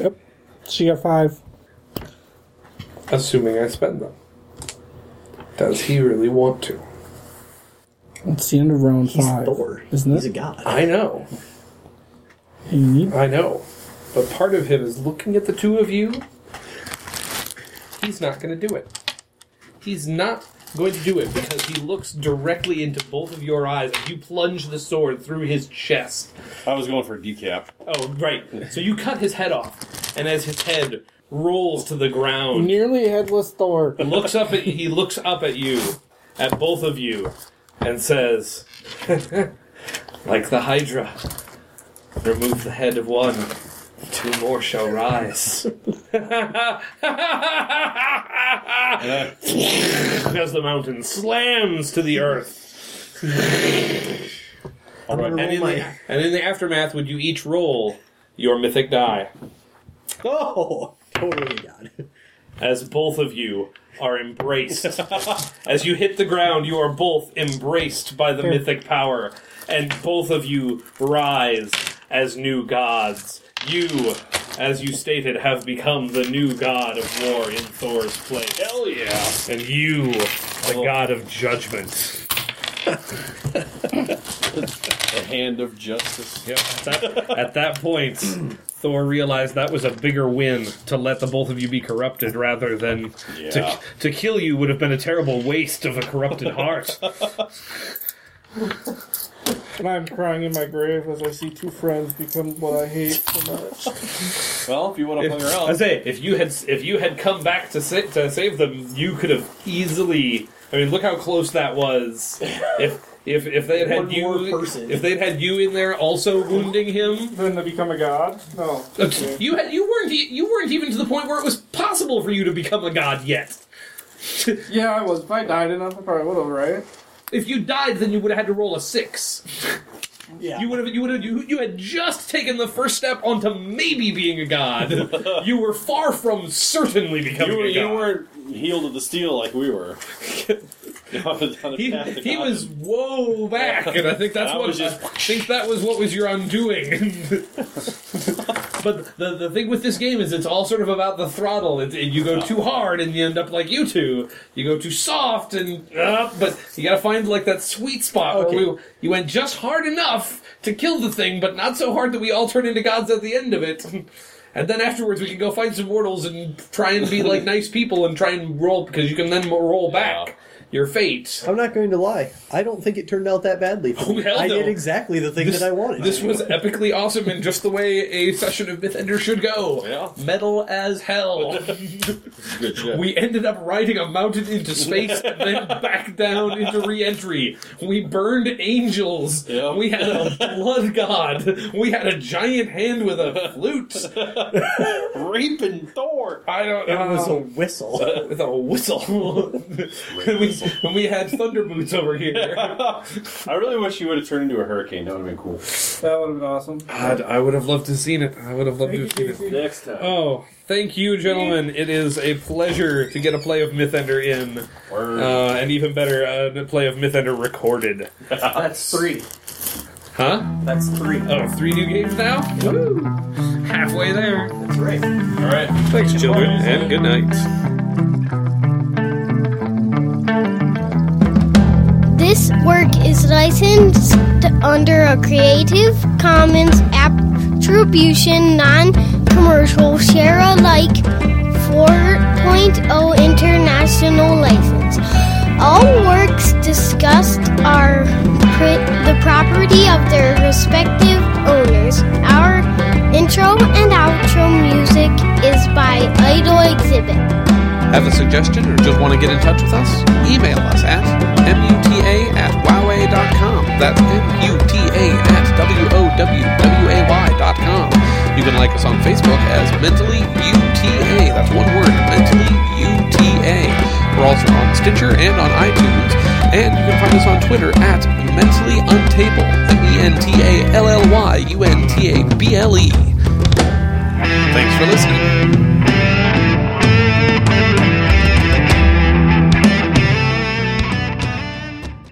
Speaker 4: Yep. She got five.
Speaker 6: Assuming I spend them. Does he really want to?
Speaker 4: That's the end of round
Speaker 8: He's
Speaker 4: five.
Speaker 8: Thor.
Speaker 4: Isn't
Speaker 8: He's a
Speaker 4: it?
Speaker 8: god.
Speaker 6: I know.
Speaker 4: You need-
Speaker 6: I know. But part of him is looking at the two of you. He's not going to do it. He's not going to do it because he looks directly into both of your eyes and you plunge the sword through his chest.
Speaker 5: I was going for a decap.
Speaker 6: Oh, right. So you cut his head off, and as his head rolls to the ground,
Speaker 4: Nearly headless Thor.
Speaker 6: looks up at he looks up at you, at both of you, and says, "Like the Hydra, remove the head of one, two more shall rise." as the mountain slams to the earth,
Speaker 8: I'm gonna
Speaker 6: and
Speaker 8: roll
Speaker 6: in, the,
Speaker 8: my.
Speaker 6: and in the aftermath, would you each roll your mythic die?
Speaker 8: Oh, totally a god.
Speaker 6: as both of you are embraced. as you hit the ground, you are both embraced by the mythic power, and both of you rise as new gods. You, as you stated, have become the new god of war in Thor's place. Hell yeah! And you, the god of judgment.
Speaker 5: The hand of justice.
Speaker 6: Yep. At that, at that point, Thor realized that was a bigger win to let the both of you be corrupted rather than
Speaker 5: Yeah.
Speaker 6: to, to kill you would have been a terrible waste of a corrupted heart.
Speaker 4: And I'm crying in my grave as I see two friends become what I hate so much.
Speaker 5: Well, if you want to play
Speaker 6: I
Speaker 5: around,
Speaker 6: say, if you had if you had come back to sa- to save them, you could have easily. I mean, look how close that was. If if if they had had
Speaker 8: One more
Speaker 6: you
Speaker 8: person.
Speaker 6: if they'd had you in there also wounding him,
Speaker 4: Then they become a god? No. Okay.
Speaker 6: you had you weren't e- you weren't even to the point where it was possible for you to become a god yet.
Speaker 4: Yeah, I was. If I died enough, I probably would have, right?
Speaker 6: If you died, then you would have had to roll a six.
Speaker 8: Yeah.
Speaker 6: You would have you would have you, you had just taken the first step onto maybe being a god. you were far from certainly becoming
Speaker 5: you,
Speaker 6: a god.
Speaker 5: you weren't healed of the steel like we were. he,
Speaker 6: He, he was whoa back, and I think that's
Speaker 5: I
Speaker 6: what
Speaker 5: was just-
Speaker 6: I think that was what was your undoing. but the the thing with this game is it's all sort of about the throttle. It, it- you go too hard and you end up like you two. You go too soft and uh, but you gotta find like that sweet spot where we, you went just hard enough to kill the thing, but not so hard that we all turn into gods at the end of it. And then afterwards, we can go find some mortals and try and be like nice people and try and roll because you can then roll back your fate.
Speaker 8: I'm not going to lie. I don't think it turned out that badly. For me.
Speaker 6: Oh, hell
Speaker 8: I
Speaker 6: no.
Speaker 8: did exactly the thing that I wanted.
Speaker 6: This was epically awesome and just the way a session of Mythender should go.
Speaker 5: Yeah.
Speaker 6: Metal as hell.
Speaker 5: Good shit.
Speaker 6: we ended up riding a mountain into space and then back down into re-entry. We burned angels.
Speaker 5: Yeah.
Speaker 6: We had a blood god. We had a giant hand with a flute.
Speaker 5: Reaping Thor.
Speaker 6: I don't
Speaker 8: it
Speaker 6: know.
Speaker 8: was a whistle.
Speaker 6: with a whistle. and, we, and we had thunder boots over here.
Speaker 5: I really wish you would have turned into a hurricane. That would have been cool.
Speaker 4: That would have been awesome.
Speaker 6: God, I would have loved to have seen it. I would have loved to have seen it.
Speaker 5: Next time.
Speaker 6: Oh, thank you, gentlemen. It is a pleasure to get a play of Mythender in,
Speaker 5: Word.
Speaker 6: uh, and even better, uh, a play of Mythender recorded.
Speaker 12: That's three.
Speaker 6: Huh?
Speaker 12: That's three.
Speaker 6: Oh, three new games now? Woo! Halfway there.
Speaker 12: That's right.
Speaker 5: All right.
Speaker 6: Thanks, children, and good night.
Speaker 2: This work is licensed under a Creative Commons Attribution Non Commercial Share Alike 4.0 International License. All works discussed are pri- the property of their respective owners. Our intro and outro music is by Idol Exhibit.
Speaker 1: Have a suggestion or just want to get in touch with us? Email us at muta at woway.com. That's muta at wowway.com. You can like us on Facebook as Mentally UTA. That's one word, Mentally UTA. We're also on Stitcher and on iTunes. And you can find us on Twitter at Mentally E Untable. M-E-N-T-A-L-L-Y-U-N-T-A-B-L-E. E. Thanks for listening.